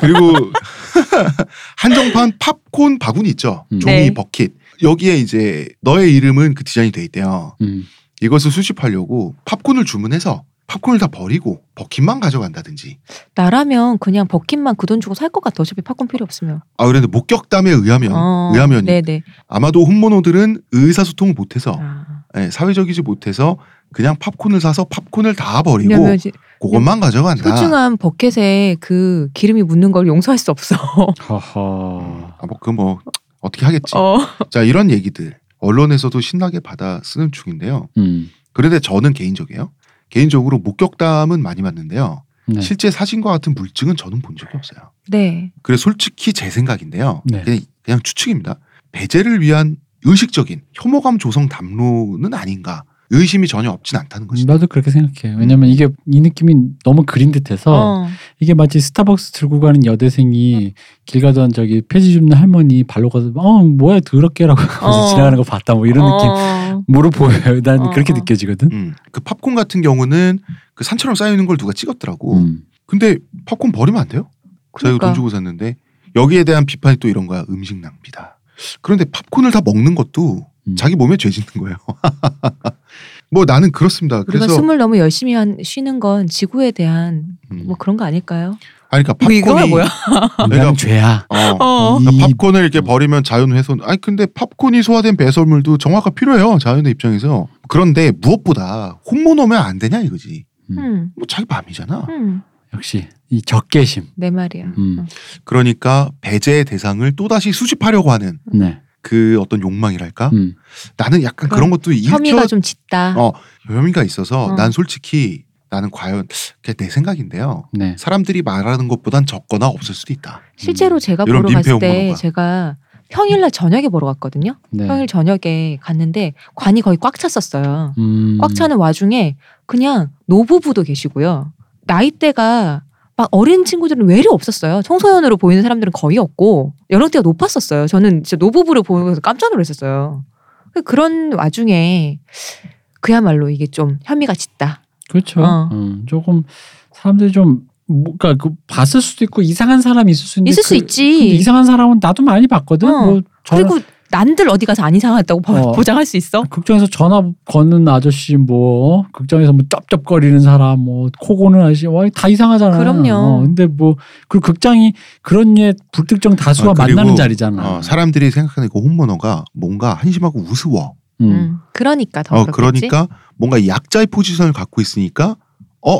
S1: 그리고 한정판 팝콘 바구니 있죠.
S2: 음.
S1: 종이
S3: 네.
S1: 버킷. 여기에 이제 너의 이름은 그 디자인이 돼 있대요.
S2: 음.
S1: 이것을 수집하려고 팝콘을 주문해서 팝콘을 다 버리고 버킷만 가져간다든지.
S3: 나라면 그냥 버킷만 그 돈 주고 살 것 같아. 어차피 팝콘 필요 없으면.
S1: 아 그런데 목격담에 의하면
S3: 어,
S1: 의하면
S3: 네네.
S1: 아마도 혼모노들은 의사소통을 못해서
S3: 아.
S1: 예, 사회적이지 못해서 그냥 popcorn을 사서 팝콘을 다 버리고
S3: 왜냐면 지-
S1: 그것만 가져간다.
S3: 소중한 버킷에 그 기름이 묻는 걸 용서할 수 없어.
S2: 허허.
S1: 아, 뭐그 뭐 어떻게 하겠지.
S3: 어.
S1: 자 이런 얘기들 언론에서도 신나게 받아 쓰는 중인데요.
S2: 음.
S1: 그런데 저는 개인적이에요. 개인적으로 목격담은 많이 봤는데요.
S2: 네.
S1: 실제 사진과 같은 물증은 저는 본 적이 없어요.
S3: 네.
S1: 그래서 솔직히 제 생각인데요.
S2: 네.
S1: 그냥, 그냥 추측입니다. 배제를 위한 의식적인 혐오감 조성 담론은 아닌가 의심이 전혀 없진 않다는 것이죠.
S2: 나도 그렇게 생각해요. 왜냐면 이게 이 느낌이 너무 그린 듯해서
S3: 어.
S2: 이게 마치 스타벅스 들고 가는
S3: 음.
S2: 여대생이 길 가던 저기 폐지 줍는 할머니 발로 가서 어 뭐야 더럽게라고 하면서
S3: 어.
S2: 지나가는 거 봤다 뭐 이런 느낌
S3: 어.
S2: 으로 보여요. 난
S3: 어,
S2: 그렇게
S3: 어.
S2: 느껴지거든.
S1: 음, 그 팝콘 같은 경우는 그 산처럼 쌓여있는 걸 누가 찍었더라고.
S2: 음.
S1: 근데 팝콘 버리면 안 돼요? 제가 이거
S3: 그러니까.
S1: 돈 주고 샀는데 여기에 대한 비판이 또 이런 거야. 음식 낭비다. 그런데 팝콘을 다 먹는 것도
S2: 음.
S1: 자기 몸에 죄 짓는 거예요. 뭐 나는 그렇습니다.
S3: 우리가
S1: 그래서
S3: 숨을 너무 열심히 한 쉬는 건 지구에 대한
S1: 음.
S3: 뭐 그런 거 아닐까요?
S1: 아니 그러니까
S3: 뭐 이거야,
S1: 팝콘이
S3: 뭐야?
S2: 인간은 죄야.
S1: 어.
S3: 어.
S1: 그러니까
S2: 이-
S1: 팝콘을 이렇게 버리면 자연훼손. 아니 근데 팝콘이 소화된 배설물도 정화가 필요해요. 자연의 입장에서. 그런데 무엇보다 혼모노면 안 되냐 이거지.
S3: 음.
S1: 뭐 자기 밤이잖아.
S3: 음.
S2: 역시 이 적개심.
S3: 내 말이야.
S2: 음.
S1: 그러니까 배제의 대상을 또다시 수집하려고 하는
S2: 네.
S1: 그 어떤 욕망이랄까
S2: 음.
S1: 나는 약간 그런 것도
S3: 그러니까 혐의가
S1: 일조
S3: 좀 짙다.
S1: 어, 혐의가 있어서
S3: 어.
S1: 난 솔직히 나는 과연 그게 내 생각인데요.
S2: 네.
S1: 사람들이 말하는 것보단 적거나 없을 수도 있다.
S3: 실제로 제가
S1: 이런
S3: 보러 갔을
S1: 민폐
S3: 때
S1: 홍보는
S3: 제가 평일날 저녁에 보러 갔거든요.
S2: 네.
S3: 평일 저녁에 갔는데 관이 거의 꽉 찼었어요.
S2: 음.
S3: 꽉 차는 와중에 그냥 노부부도 계시고요. 나이대가 막 어린 친구들은 외래 없었어요. 청소년으로 보이는 사람들은 거의 없고 연령대가 높았었어요. 저는 진짜 노부부를 보면서 깜짝 놀랐었어요. 그런 와중에 그야말로 이게 좀 혐의가 짙다.
S2: 그렇죠.
S3: 어.
S2: 음, 조금 사람들이 좀 뭐, 그러니까 그 봤을 수도 있고 이상한 사람이 있을 수 있는데
S3: 있을
S2: 그-
S3: 수 있지.
S2: 근데 이상한 사람은 나도 많이 봤거든.
S3: 어.
S2: 뭐 전화,
S3: 그리고 난들 어디 가서 안 이상하다고 보-
S2: 어.
S3: 보장할 수 있어?
S2: 극장에서 전화 거는 아저씨 뭐 극장에서 뭐 쩝쩝거리는 사람 뭐 코고는 아저씨 와, 다 이상하잖아.
S3: 그럼요.
S2: 어, 근데 뭐 그리고 극장이 그런 예 불특정 다수와
S1: 어, 그리고,
S2: 만나는
S3: 음.
S2: 자리잖아.
S1: 어, 사람들이 생각하는 그 홈모너가 뭔가 한심하고 우스워.
S2: 음.
S3: 음, 그러니까 더
S1: 어,
S3: 그렇겠지.
S1: 그러니까 뭔가 약자의 포지션을 갖고 있으니까 어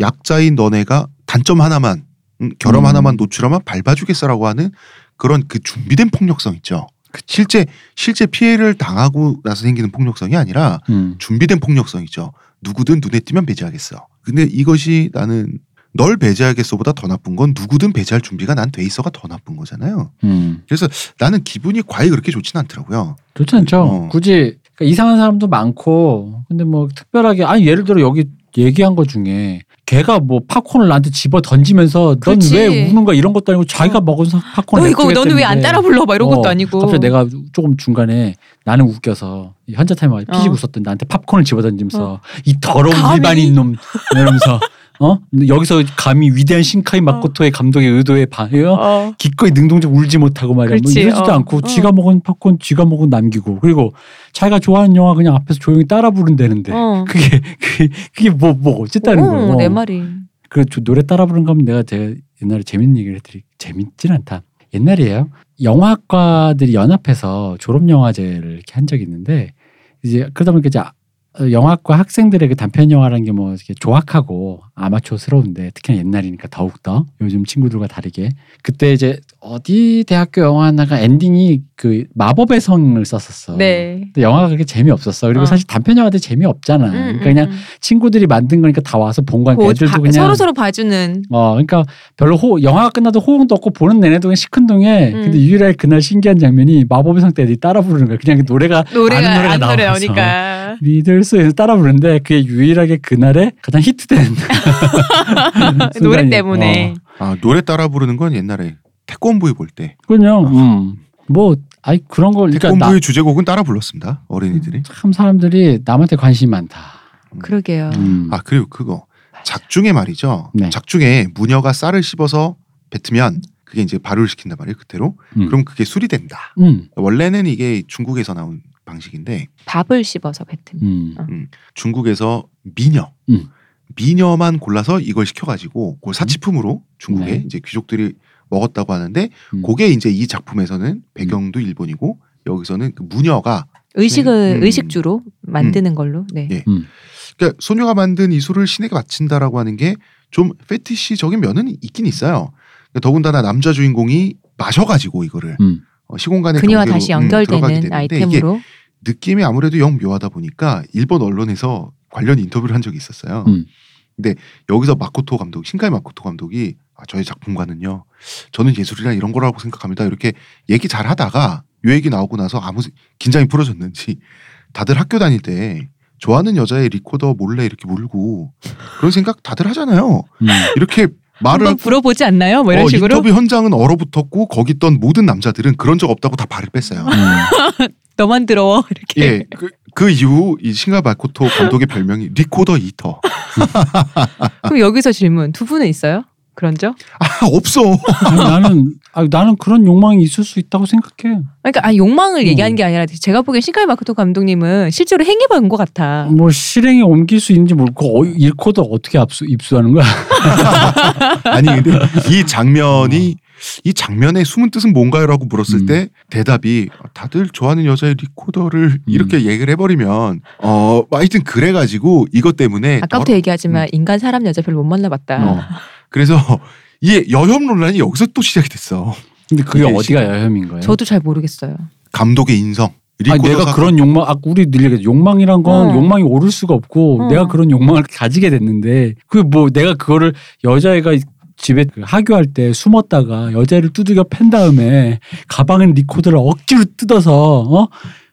S1: 약자인 너네가 단점 하나만 음, 결함
S2: 음.
S1: 하나만 노출하면 밟아주겠어라고 하는 그런 그 준비된 폭력성 있죠. 실제 실제 피해를 당하고 나서 생기는 폭력성이 아니라
S2: 음.
S1: 준비된 폭력성이죠. 누구든 눈에 띄면 배제하겠어. 근데 이것이 나는 널 배제하겠어보다 더 나쁜 건 누구든 배제할 준비가 난 돼 있어가 더 나쁜 거잖아요.
S2: 음.
S1: 나는 기분이 과히 그렇게 좋진 않더라고요.
S2: 좋지 않죠.
S1: 어.
S2: 굳이 그러니까 이상한 사람도 많고 근데 뭐 특별하게 아니 예를 들어 여기 얘기한 것 중에 걔가 뭐 팝콘을 나한테 집어 던지면서
S3: 그렇지.
S2: 넌 왜 우는 거야 이런 것도 아니고 자기가
S3: 어.
S2: 먹은 사- 팝콘을
S3: 너 이거 너는 왜 안
S2: 냅두겠다는데
S3: 따라 불러? 막 이런 것도
S2: 어,
S3: 아니고.
S2: 갑자기 내가 조금 중간에 나는 웃겨서 이 현자 타임 와서 피식
S3: 어.
S2: 웃었던 나한테 팝콘을 집어던지면서 이 더러운
S3: 감히.
S2: 일반인 놈 이러면서 어 근데 여기서 감히 위대한 신카이 마코토의 감독의 의도에 반해요
S3: 어.
S2: 기꺼이 능동적 울지 못하고 말이야. 뭐
S3: 그렇지,
S2: 이러지도
S3: 어,
S2: 않고
S3: 어.
S2: 쥐가 먹은 팝콘 쥐가 먹은 남기고 그리고 자기가 좋아하는 영화 그냥 앞에서 조용히 따라 부른다는데
S3: 어.
S2: 그게 그게 그게 뭐 뭐 어쨌다는
S3: 어,
S2: 거예요.
S3: 내 말이.
S2: 그 조- 노래 따라 부른 거면 내가 제가 옛날에 재밌는 얘기를 해드리 재밌진 않다. 옛날이에요. 영화과들이 연합해서 졸업 영화제를 이렇게 한 적이 있는데 이제 그러다 보니까 이제 아- 어, 영화과 학생들의 그 단편 영화라는 게 뭐 이렇게 조악하고 아마추어스러운데 특히나 옛날이니까 더욱더 요즘 친구들과 다르게 그때 이제 어디 대학교 영화 하나가 엔딩이 그 마법의 성을 썼었어.
S3: 네.
S2: 근데 영화가 그렇게 재미없었어. 그리고
S3: 어. 음,
S2: 사실 단편 영화들 재미없잖아. 그러니까 그냥 친구들이 만든 거니까 다 와서 본 거니까 애들도 그냥
S3: 서로 서로 봐주는.
S2: 어, 그러니까 별로 호, 영화가 끝나도 호응도 없고 보는 내내도 그냥 시큰둥해.
S3: 음.
S2: 근데 유일하게 그날 신기한 장면이 마법의 상태 애들이 따라 부르는 거야. 그냥 그 노래가
S3: 노래가
S2: 아는 노래가
S3: 안 그러니까. 노래
S2: 나와서.
S3: 나오니까.
S2: 믿을 수 있는 따라 부르는데 그게 유일하게 그날에 가장 히트된 순간이-
S3: 노래 때문에.
S2: 어,
S1: 아, 노래 따라 부르는 건 옛날에 태권부에 볼 때.
S3: 어.
S2: 그건요. 음. 뭐 아이 그런 걸 그러니까
S1: 태권부의
S2: 나- 음.
S1: 주제곡은 따라 불렀습니다. 어린이들이.
S2: 참 사람들이 남한테 관심이 많다.
S3: 그러게요.
S2: 음.
S1: 아, 그리고 그거. 작중에 말이죠.
S2: 네.
S1: 작중에 무녀가 쌀을 씹어서 뱉으면 그게 이제 발효를 시킨단 말이에요. 그대로.
S2: 음.
S1: 그럼 그게 술이 된다.
S2: 음.
S1: 원래는 이게 중국에서 나온 방식인데
S3: 밥을 씹어서 뱉은.
S2: 음.
S1: 중국에서 미녀
S2: 음.
S1: 미녀만 골라서 이걸 시켜가지고
S3: 음.
S1: 그걸 사치품으로 중국에
S2: 네.
S1: 이제 귀족들이 먹었다고 하는데
S2: 음.
S1: 그게 이제 이 작품에서는
S3: 음.
S1: 배경도 일본이고 여기서는 그 무녀가
S3: 의식을
S1: 음.
S3: 의식주로 만드는 걸로. 네.
S1: 예.
S2: 음.
S1: 그러니까 소녀가 만든 이 술을 신에게 바친다라고 하는 게 좀 페티시적인 면은 있긴 있어요. 그러니까 더군다나 남자 주인공이 마셔가지고 이거를
S2: 음.
S1: 어, 시공간의
S3: 그녀와
S1: 경계로,
S3: 다시
S1: 음, 들어가게
S3: 연결되는
S1: 되는데 이게
S3: 아이템으로.
S1: 느낌이 아무래도 영 묘하다 보니까 일본 언론에서 관련 인터뷰를 한 적이 있었어요.
S2: 음.
S1: 근데 여기서 마코토 감독, 신카이 마코토 감독이 아, 저의 작품과는요, 저는 예술이란 이런 거라고 생각합니다. 이렇게 얘기 잘 하다가 요 얘기 나오고 나서 아무 세- 긴장이 풀어졌는지 다들 학교 다닐 때 좋아하는 여자의 리코더 몰래 이렇게 물고 그런 생각 다들 하잖아요.
S2: 음.
S1: 이렇게 말을
S3: 한번
S1: 하고
S3: 불어보지 않나요? 뭐 이런
S1: 어,
S3: 식으로.
S1: 인터뷰 현장은 얼어붙었고 거기 있던 모든 남자들은 그런 적 없다고 다 발을 뺐어요.
S2: 음.
S3: 너만 들어워 이렇게.
S1: 예, 그, 그 이후 이 싱가 마코토 감독의 별명이 리코더 이터.
S3: 그럼 여기서 질문 두 분은 있어요? 그런 적?
S1: 아 없어.
S2: 아니, 나는 아 나는 그런 욕망이 있을 수 있다고 생각해.
S3: 그러니까 아, 욕망을
S2: 음.
S3: 얘기하는 게 아니라 제가 보기엔 신카이 마크토 감독님은 실제로 행해본 것 같아.
S1: 음.
S2: 뭐 실행에 옮길 수 있는지 모르고 어, 일코드 어떻게 압수, 입수하는 거야?
S1: 아니 근데 이 장면이 이 장면의 숨은 뜻은 뭔가요라고 물었을
S2: 음.
S1: 때 대답이 다들 좋아하는 여자의
S2: 음.
S1: 리코더를 이렇게 얘기를 해버리면 어 하여튼 그래가지고 이것 때문에
S3: 아까부터 얘기하지만 인간 사람 여자 별로 못
S1: 덜-
S3: 만나봤다.
S1: 음. 어, 그래서 이 여혐 논란이 여기서 또 시작이 됐어.
S2: 근데 그게
S1: 이게
S2: 어디가 여혐인 거예요?
S3: 저도 잘 모르겠어요.
S1: 감독의 인성.
S2: 아니,
S1: 리코더
S2: 내가
S1: 사건.
S2: 그런 욕망, 아, 우리 늘 얘기해. 욕망이란 건
S3: 어.
S2: 욕망이 오를 수가 없고,
S3: 어.
S2: 내가 그런 욕망을 가지게 됐는데, 그게 뭐 내가 그거를 여자애가 집에 그 하교할 때 숨었다가 여자애를 두들겨 팬 다음에 가방에 리코더를 억지로 뜯어서, 어?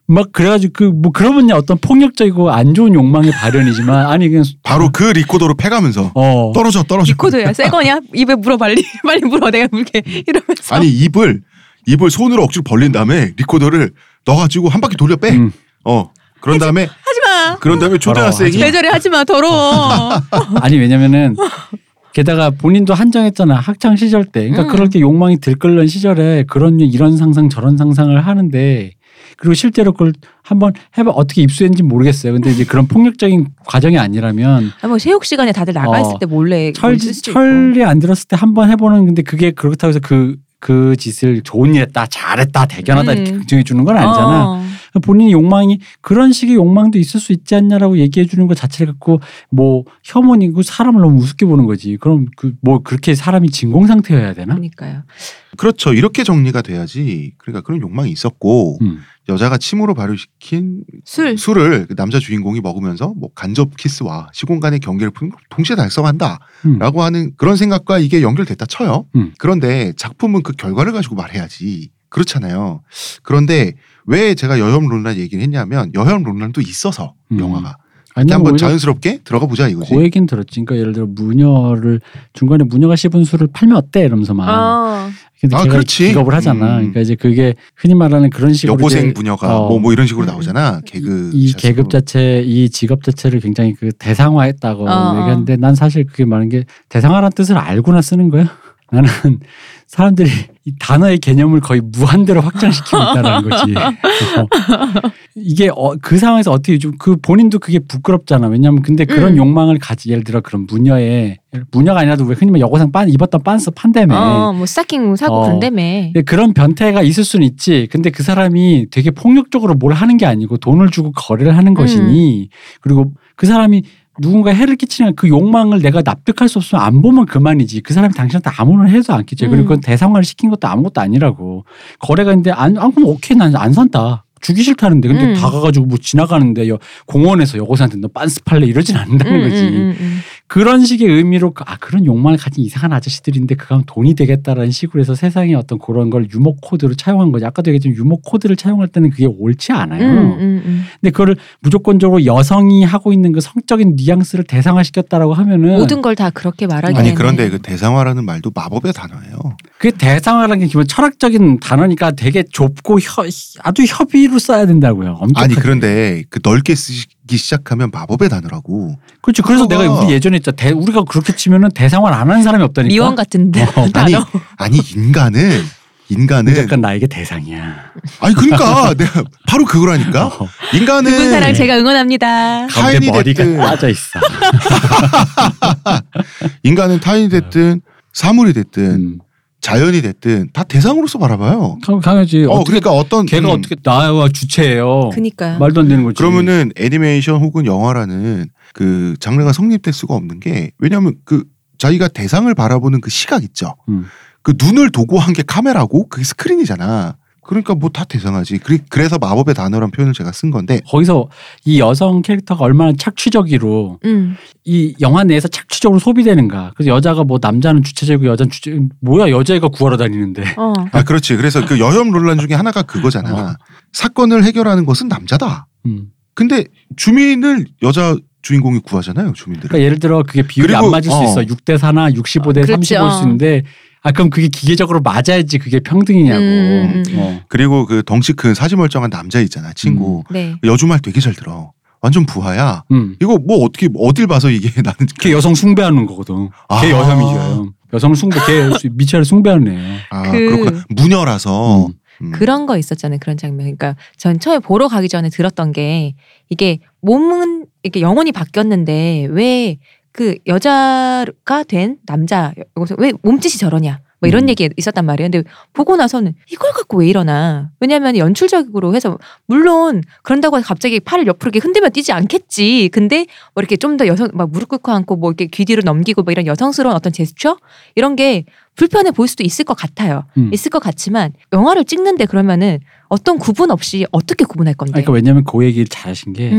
S2: 막 그래가지고 그 뭐 그러면 어떤 폭력적이고 안 좋은 욕망의 발현이지만 아니 그냥
S1: 바로 그 리코더로 패가면서
S2: 어
S1: 떨어져 떨어져.
S3: 리코더야 새 거냐? 입에 물어 빨리 빨리 물어 내가 물게 이러면서
S1: 아니 입을 입을 손으로 억지로 벌린 다음에 리코더를 넣어가지고 한 바퀴 돌려 빼.
S2: 음.
S1: 어 그런 다음에
S3: 하지마
S1: 그런 다음에 초등학생이
S3: 배절이 하지마 더러워
S2: 아니 왜냐면은 게다가 본인도 한정했잖아 학창 시절 때 그러니까
S3: 음.
S2: 그럴 때 욕망이 들끓는 시절에 그런 이런 상상 저런 상상을 하는데 그리고 실제로 그걸 한번 해봐 어떻게 입수했는지 모르겠어요 근데 이제 그런 폭력적인 과정이 아니라면
S3: 아, 뭐 체육 시간에 다들 나가
S2: 어.
S3: 있을 때 몰래
S2: 철
S3: 있을 수도
S2: 철이 안 들었을 때 한번 해보는 근데 그게 그렇다고 해서 그 그 짓을 좋은 일 했다 잘했다 대견하다
S3: 음.
S2: 이렇게 긍정해 주는 건
S3: 있고.
S2: 아니잖아
S3: 어.
S2: 본인이 욕망이 그런 식의 욕망도 있을 수 있지 않냐라고 얘기해 주는 것 자체를 갖고 뭐 혐오니고 사람을 너무 우습게 보는 거지. 그럼 그 뭐 그렇게 사람이 진공 상태여야 되나?
S3: 그러니까요.
S1: 그렇죠 이렇게 정리가 돼야지. 그러니까 그런 욕망이 있었고
S2: 음.
S1: 여자가 침으로 발효시킨
S3: 술
S1: 술을 그 남자 주인공이 먹으면서 뭐 간접 키스와 시공간의 경계를 푸는 걸 동시에 달성한다.
S2: 음.
S1: 라고 하는 그런 생각과 이게 연결됐다 쳐요.
S2: 음.
S1: 그런데 작품은 그 결과를 가지고 말해야지. 그렇잖아요. 그런데 왜 제가 여혐 론란 얘기를 했냐면 여혐 론란도 있어서
S2: 음.
S1: 영화가
S2: 아니
S1: 한번
S2: 오히려
S1: 자연스럽게 들어가 보자 이거지.
S2: 그 얘기는 들었지. 그러니까 예를 들어 무녀를 중간에 무녀가 씹은 술을 팔면 어때 이러면서 막
S3: 아,
S2: 근데
S1: 아,
S2: 걔가
S1: 그렇지.
S2: 기겁을
S1: 음.
S2: 하잖아. 그러니까 이제 그게 흔히 말하는 그런 식으로
S1: 여고생
S2: 이제
S1: 부녀가
S2: 어.
S1: 뭐 뭐 이런 식으로 나오잖아. 개그
S2: 이
S1: 샷으로.
S2: 계급 자체, 이 직업 자체를 굉장히 그 대상화했다고
S3: 어,
S2: 얘기하는데 난 사실 그게 많은 게 대상화라는 뜻을 알고나 쓰는 거야. 나는 사람들이 이 단어의 개념을 거의 무한대로 확장시키고 있다는 거지. 어. 이게 어, 그 상황에서 어떻게 요즘 그 본인도 그게 부끄럽잖아. 왜냐하면 근데 그런
S3: 음.
S2: 욕망을 가지 예를 들어 그런 무녀의 무녀가 아니라도 왜 흔히 말 여고생 빤 입었던 빤스 판다며.
S3: 어, 네, 뭐 스타킹 사고
S2: 어.
S3: 그런다며.
S2: 근데 그런 변태가 있을 수는 있지. 근데 그 사람이 되게 폭력적으로 뭘 하는 게 아니고 돈을 주고 거래를
S3: 음.
S2: 하는 것이니 그리고 그 사람이 누군가 해를 끼치는 그 욕망을 내가 납득할 수 없으면 안 보면 그만이지. 그 사람이 당신한테 아무런 해도 안 끼쳐. 요 그리고 그건
S3: 음.
S2: 대상화를 시킨 것도 아무것도 아니라고. 거래가 있는데 안, 안 그럼 오케이 난 안 산다. 주기 싫다는데 근데
S3: 음.
S2: 다가가지고 뭐 지나가는데 여, 공원에서 여고생한테 너 빤스 팔래 이러진 않는다는 거지.
S3: 음.
S2: 그런 식의 의미로 그- 아 그런 욕망을 가진 이상한 아저씨들인데 그건 돈이 되겠다라는 식으로 해서 세상에 어떤 그런 걸 유머 코드로 차용한 거지 아까도 얘기했지만 유머 코드를 차용할 때는 그게 옳지 않아요
S3: 음, 음, 음.
S2: 근데 그거를 무조건적으로 여성이 하고 있는 그 성적인 뉘앙스를 대상화시켰다라고 하면은
S3: 모든 걸 다 네. 그렇게
S1: 아니
S3: 말하기 때문에.
S1: 그런데 그 대상화라는 말도 마법의 단어예요.
S2: 그 대상화라는 게 기본 철학적인 단어니까 되게 좁고 혀, 아주 협의로 써야 된다고요 엄청
S1: 아니 그런데 그 넓게 쓰기 시작하면 마법의 단어라고.
S2: 그렇죠 그래서
S1: 그거가-
S2: 내가 우리 예전에 진짜 대- 우리가 그렇게 치면은 대상화를 안 하는 사람이 없다니까
S3: 미원 같은데.
S2: 어,
S1: 아니
S3: 그러니까. 단어.
S1: 아니 인간은
S2: 그
S1: 인간은
S2: 잠깐 나에게 대상이야
S1: 아니 그러니까 내가 바로 그거라니까
S2: 어,
S3: 그분 사랑
S1: 인간은
S3: 제가 응원합니다.
S2: 가운데
S1: 타인이
S2: 머리가
S1: 됐든
S2: 빠져 있어
S1: 인간은 타인이 됐든 사물이 됐든
S2: 음.
S1: 자연이 됐든 다 대상으로서 바라봐요.
S2: 강- 강하지.
S1: 어
S2: 어떻게
S1: 그러니까 어떤
S2: 걔가
S1: 음,
S2: 어떻게 나와
S3: 어.
S2: 주체예요.
S3: 그니까요.
S2: 말도 안 되는 거지.
S1: 그러면은 애니메이션 혹은 영화라는 그 장르가 성립될 수가 없는 게 왜냐하면 그 자기가 대상을 바라보는 그 시각 있죠.
S2: 음.
S1: 그 눈을 도구한 게 카메라고 그게 스크린이잖아. 그러니까 뭐 다 대상하지. 그래- 그래서 마법의 단어란 표현을 제가 쓴 건데
S2: 거기서 이 여성 캐릭터가 얼마나 착취적이로
S3: 음.
S2: 이 영화 내에서 착취적으로 소비되는가. 그래서 여자가 뭐 남자는 주체적이고 여자는 주체 뭐야 여자애가 구하러 다니는데.
S3: 어.
S1: 아 그렇지. 그래서 그 여혐 논란 중에 하나가 그거잖아.
S2: 어.
S1: 사건을 해결하는 것은 남자다.
S2: 음.
S1: 근데 주민을 여자 주인공이 구하잖아요. 주민들을.
S2: 그러니까 예를 들어 그게 비율이
S1: 그리고-
S2: 안 맞을 수
S1: 어.
S2: 있어. 6대 4나 65대
S3: 그렇죠.
S2: 35일 수 있는데 아 그럼 그게 기계적으로 맞아야지 그게 평등이냐고.
S3: 음, 음, 음.
S2: 어.
S1: 그리고 그 덩치 큰 사지 멀쩡한 남자 있잖아 친구
S3: 네.
S1: 여주 말 되게 잘 들어 완전 부하야
S2: 음.
S1: 이거 뭐 어떻게 어딜 봐서 이게 나는
S2: 걔 여성 숭배하는 거거든.
S1: 아.
S2: 걔 여혐이죠. 여성 숭배. 걔 미체를 숭배하는 애예요.
S1: 아
S3: 그-
S1: 그... 렇구나 무녀라서 음.
S3: 그런 거 있었잖아요. 그런 장면. 그러니까 전 처음에 보러 가기 전에 들었던 게 이게 몸은 이렇게 영혼이 바뀌었는데 왜 그 여자가 된 남자 여기서 왜 몸짓이 저러냐 뭐 이런
S2: 음.
S3: 얘기 있었단 말이에요. 근데 보고 나서는 이걸 갖고 왜 이러나 왜냐하면 연출적으로 해서 물론 그런다고 해서 갑자기 팔을 옆으로 이렇게 흔들면 뛰지 않겠지. 근데 뭐 이렇게 좀 더 여성 막 무릎 꿇고 앉고 뭐 이렇게 귀 뒤로 넘기고 뭐 이런 여성스러운 어떤 제스처 이런 게 불편해 보일 수도 있을 것 같아요.
S2: 음.
S3: 있을 것 같지만 영화를 찍는데 그러면은 어떤 구분 없이 어떻게 구분할
S2: 아,
S3: 건데?
S2: 그러니까 왜냐면 그 얘기를 잘하신 게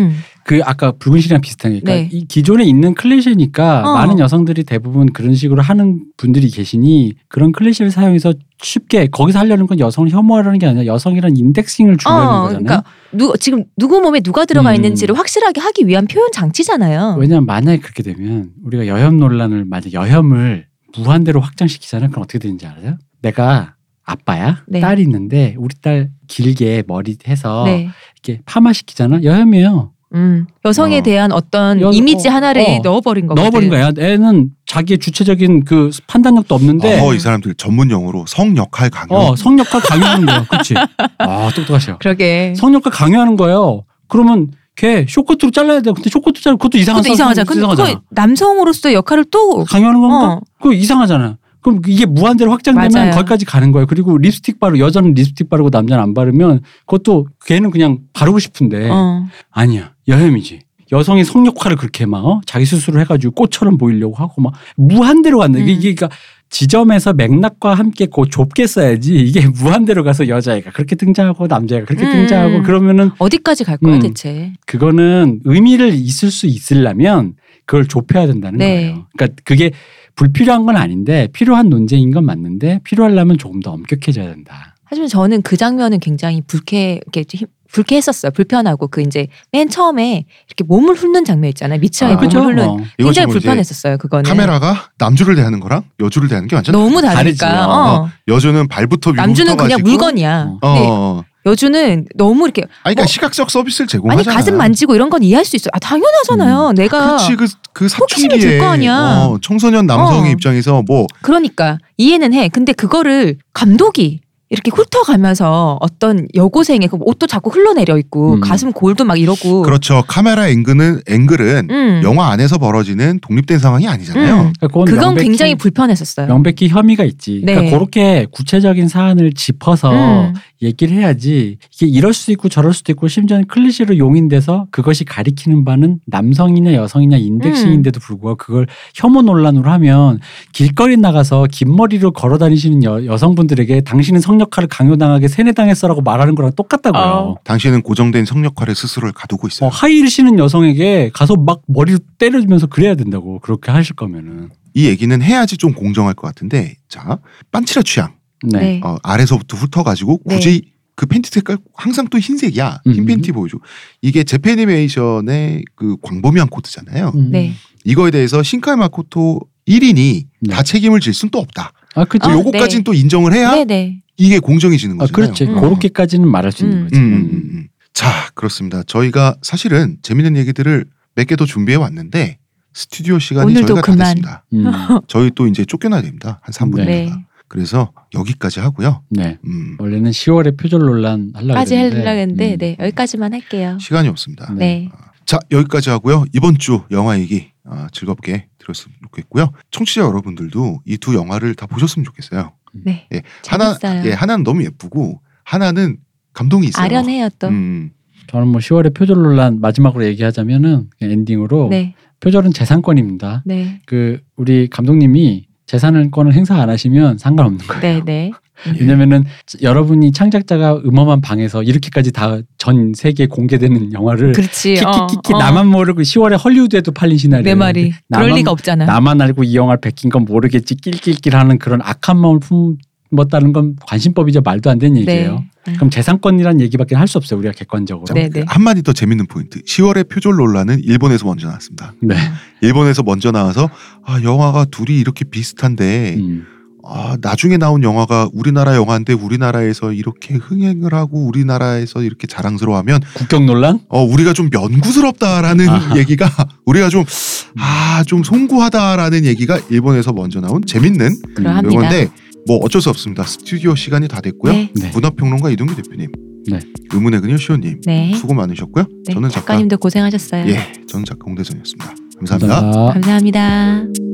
S2: 그
S3: 음.
S2: 아까 붉은 실이랑 비슷하니까
S3: 네.
S2: 이 기존에 있는 클리셰니까
S3: 어.
S2: 많은 여성들이 대부분 그런 식으로 하는 분들이 계시니 그런 클리셰를 사용해서 쉽게 거기서 하려는 건 여성을 혐오하려는 게 아니라 여성이라는 인덱싱을 주려는
S3: 어,
S2: 거잖아요.
S3: 그러니까 누, 지금 누구 몸에 누가 들어가
S2: 음.
S3: 있는지를 확실하게 하기 위한 표현 장치잖아요.
S2: 왜냐면 만약에 그렇게 되면 우리가 여혐 논란을 만약 여혐을 무한대로 확장시키잖아. 그럼 어떻게 되는지 알아요? 내가 아빠야
S3: 네.
S2: 딸이 있는데 우리 딸 길게 머리 해서
S3: 네.
S2: 이렇게 파마 시키잖아. 여혐이에요.
S3: 음. 여성에
S2: 어.
S3: 대한 어떤
S2: 여-
S3: 이미지
S2: 어,
S3: 하나를
S2: 어.
S3: 넣어버린 거거든.
S2: 넣어버린 거야. 애는 자기의 주체적인 그 판단력도 없는데
S1: 어허 이 사람들 전문 용어로 성 역할 강요.
S2: 어, 성역과 강요하는 거야. 그렇지? 아 똑똑하셔.
S3: 그러게.
S2: 성역과 강요하는 거예요. 그러면 걔 쇼커트로 잘라야 돼. 근데 쇼커트 잘라 그것도 이상한
S3: 그것도 이상하잖아. 근데
S2: 이상하잖아.
S3: 그거 남성으로서의 역할을 또
S2: 강요하는 건가?
S3: 어.
S2: 그거 이상하잖아. 그럼 이게 무한대로 확장되면
S3: 맞아요.
S2: 거기까지 가는 거예요. 그리고 립스틱 바르 여자는 립스틱 바르고 남자는 안 바르면 그것도 걔는 그냥 바르고 싶은데
S3: 어.
S2: 아니야 여혐이지. 여성의 성 역할을 그렇게 막 어? 자기 스스로 해가지고 꽃처럼 보이려고 하고 막 무한대로 간다. 이게,
S3: 음.
S2: 이게 그러니까 지점에서 맥락과 함께 고 좁게 써야지 이게 무한대로 가서 여자애가 그렇게 등장하고 남자애가 그렇게
S3: 음.
S2: 등장하고 그러면은
S3: 어디까지 갈 거야
S2: 음.
S3: 대체?
S2: 그거는 의미를 있을 수 있으려면 그걸 좁혀야 된다는
S3: 네.
S2: 거예요. 그러니까 그게 불필요한 건 아닌데 필요한 논쟁인 건 맞는데 필요하려면 조금 더 엄격해져야 된다.
S3: 하지만 저는 그 장면은 굉장히 불쾌, 이렇게 힘- 불쾌했었어요. 불편하고 그 이제 맨 처음에 이렇게 몸을 훑는 장면 있잖아요. 미치광이
S1: 아,
S3: 몸을
S1: 그죠?
S3: 훑는
S2: 어.
S1: 이거
S3: 굉장히
S1: 지금 이제
S3: 불편했었어요. 그거는
S1: 카메라가 남주를 대하는 거랑 여주를 대하는 게 완전
S3: 너무
S2: 다르지.
S3: 다르니까.
S2: 어.
S3: 어.
S1: 여주는 발부터 위로
S3: 남주는 그냥
S1: 훑어가지고
S3: 물건이야.
S1: 어.
S3: 근데
S1: 어.
S3: 여주는 너무 이렇게
S1: 아니 그러니까
S3: 뭐-
S1: 시각적 서비스를
S3: 아니
S1: 제공하잖아.
S3: 가슴 만지고 이런 건 이해할 수 있어. 아 당연하잖아요. 내가
S1: 그렇지 그, 그
S3: 호기심이
S1: 사춘기에
S3: 들거 아니야.
S1: 어, 청소년 남성의
S3: 어.
S1: 입장에서 뭐
S3: 그러니까 이해는 해. 근데 그거를 감독이 이렇게 훑어가면서 어떤 여고생의 그 옷도 자꾸 흘러내려 있고
S2: 음.
S3: 가슴 골도 막 이러고.
S1: 그렇죠 카메라 앵글은 앵글은
S3: 어. 음.
S1: 영화 안에서 벌어지는 독립된 상황이 아니잖아요.
S3: 음.
S2: 그러니까 그건
S3: 그건
S2: 명백히-
S3: 굉장히 불편했었어요.
S2: 명백히 혐의가 있지.
S3: 네.
S2: 그러니까 그렇게 구체적인 사안을 짚어서
S3: 음.
S2: 얘기를 해야지 이게 이럴 수도 있고 저럴 수도 있고 심지어는 클리셰로 용인돼서 그것이 가리키는 바는 남성이냐 여성이냐
S3: 음.
S2: 인덱싱인데도 불구하고 그걸 혐오 논란으로 하면 길거리 나가서 긴 머리로 걸어 다니시는 여, 성분들에게 당신은 성 역할을 강요당하게 세뇌당했어라고 말하는 거랑 똑같다고요.
S3: 어.
S1: 당신은 고정된 성 역할에 스스로를 가두고 있어요.
S2: 어, 하이힐 신은 여성에게 가서 막 머리를 때려주면서 그래야 된다고 그렇게 하실 거면은
S1: 이 얘기는 해야지 좀 공정할 것 같은데 자 빤치라 취향
S2: 네.
S3: 네.
S1: 어, 아래서부터 훑어가지고 굳이 그 팬티 색깔 항상 또 흰색이야 흰
S2: 음.
S1: 팬티 보여줘 이게 제패니메이션의 그 광범위한 코드잖아요
S2: 음.
S3: 네.
S1: 이거에 대해서 신카이 마코토 1인이
S2: 네.
S1: 다 책임을 질 순 또 없다
S2: 아 그죠.
S3: 아, 어?
S1: 요거까지는
S3: 네.
S1: 또 인정을 해야
S3: 네네.
S1: 이게 공정해지는
S2: 아
S1: 거잖아요
S2: 그렇지.
S3: 음.
S2: 그렇게까지는 말할 수 있는
S3: 음.
S2: 거지.
S1: 음, 음, 음, 음. 자 그렇습니다 저희가 사실은 재밌는 얘기들을 몇 개 더 준비해 왔는데 스튜디오 시간이
S3: 오늘도
S1: 저희가 다
S3: 그만.
S1: 됐습니다
S2: 음.
S1: 저희 또 이제 쫓겨나야 됩니다 한 3분
S2: 네.
S1: 정도가
S3: 네.
S1: 그래서 여기까지 하고요
S2: 네.
S3: 어.
S1: 음,
S2: 원래는 10월에 표절 논란 하려고
S3: 까지
S2: 했는데
S3: 하려고 했는데
S2: 음.
S3: 네 여기까지만 할게요.
S1: 시간이 없습니다
S3: 네.
S1: 자 여기까지 하고요 이번 주 영화 얘기 아, 즐겁게 들었으면 좋겠고요 청취자 여러분들도 이 두 영화를 다 보셨으면 좋겠어요
S3: 네.
S1: 예, 하나
S3: 재밌어요.
S1: 예 하나는 너무 예쁘고 하나는 감동이 있어요
S3: 아련해요 또.
S1: 음,
S2: 저는 뭐 10월에 표절 논란 마지막으로 얘기하자면은 그냥 엔딩으로
S3: 네.
S2: 표절은 재산권입니다.
S3: 네.
S2: 그 우리 감독님이 재산권을 행사 안 하시면 상관없는 거예요.
S3: 네. 네.
S1: 예.
S2: 왜냐면은 여러분이 창작자가 음험한 방에서 이렇게까지 다 전 세계에 공개되는 영화를
S3: 그렇지. 어,
S2: 키키키키
S3: 어.
S2: 나만 모르고 10월에 헐리우드에도 팔린 시나리오
S3: 내 말이. 그럴
S2: 나만-
S3: 리가 없잖아.
S2: 나만 알고 이 영화를 베낀 건 모르겠지 낄낄낄하는 그런 악한 마음을 품었다는 건 관심법이자 말도 안 되는
S3: 네.
S2: 얘기예요. 그럼 재산권이란 얘기밖에 할 수 없어요. 우리가 객관적으로.
S1: 자,
S3: 네, 네.
S1: 한마디 더 재밌는 포인트 10월의 표절 논란은 일본에서 먼저 나왔습니다
S2: 네.
S1: 일본에서 먼저 나와서 아 영화가 둘이 이렇게 비슷한데
S2: 음.
S1: 아, 나중에 나온 영화가 우리나라 영화인데 우리나라에서 이렇게 흥행을 하고 우리나라에서 이렇게 자랑스러워하면
S2: 국격 논란?
S1: 어, 우리가 좀 면구스럽다라는
S2: 아하.
S1: 얘기가 우리가 좀 아, 좀 송구하다라는 얘기가 일본에서 먼저 나온 재밌는
S2: 음.
S3: 그러합니다.
S1: 요건데 뭐 어쩔 수 없습니다. 스튜디오 시간이 다 됐고요.
S3: 네.
S2: 네.
S1: 문화평론가 이동규 대표님,
S2: 네.
S1: 의문의 그녀 시오님
S2: 음,
S3: 네.
S1: 수고 많으셨고요.
S3: 네.
S1: 저는 작가
S3: 작가님도 고생하셨어요.
S1: 예, 저는 작가 홍대선이었습니다 감사합니다.
S2: 감사합니다.
S3: 감사합니다.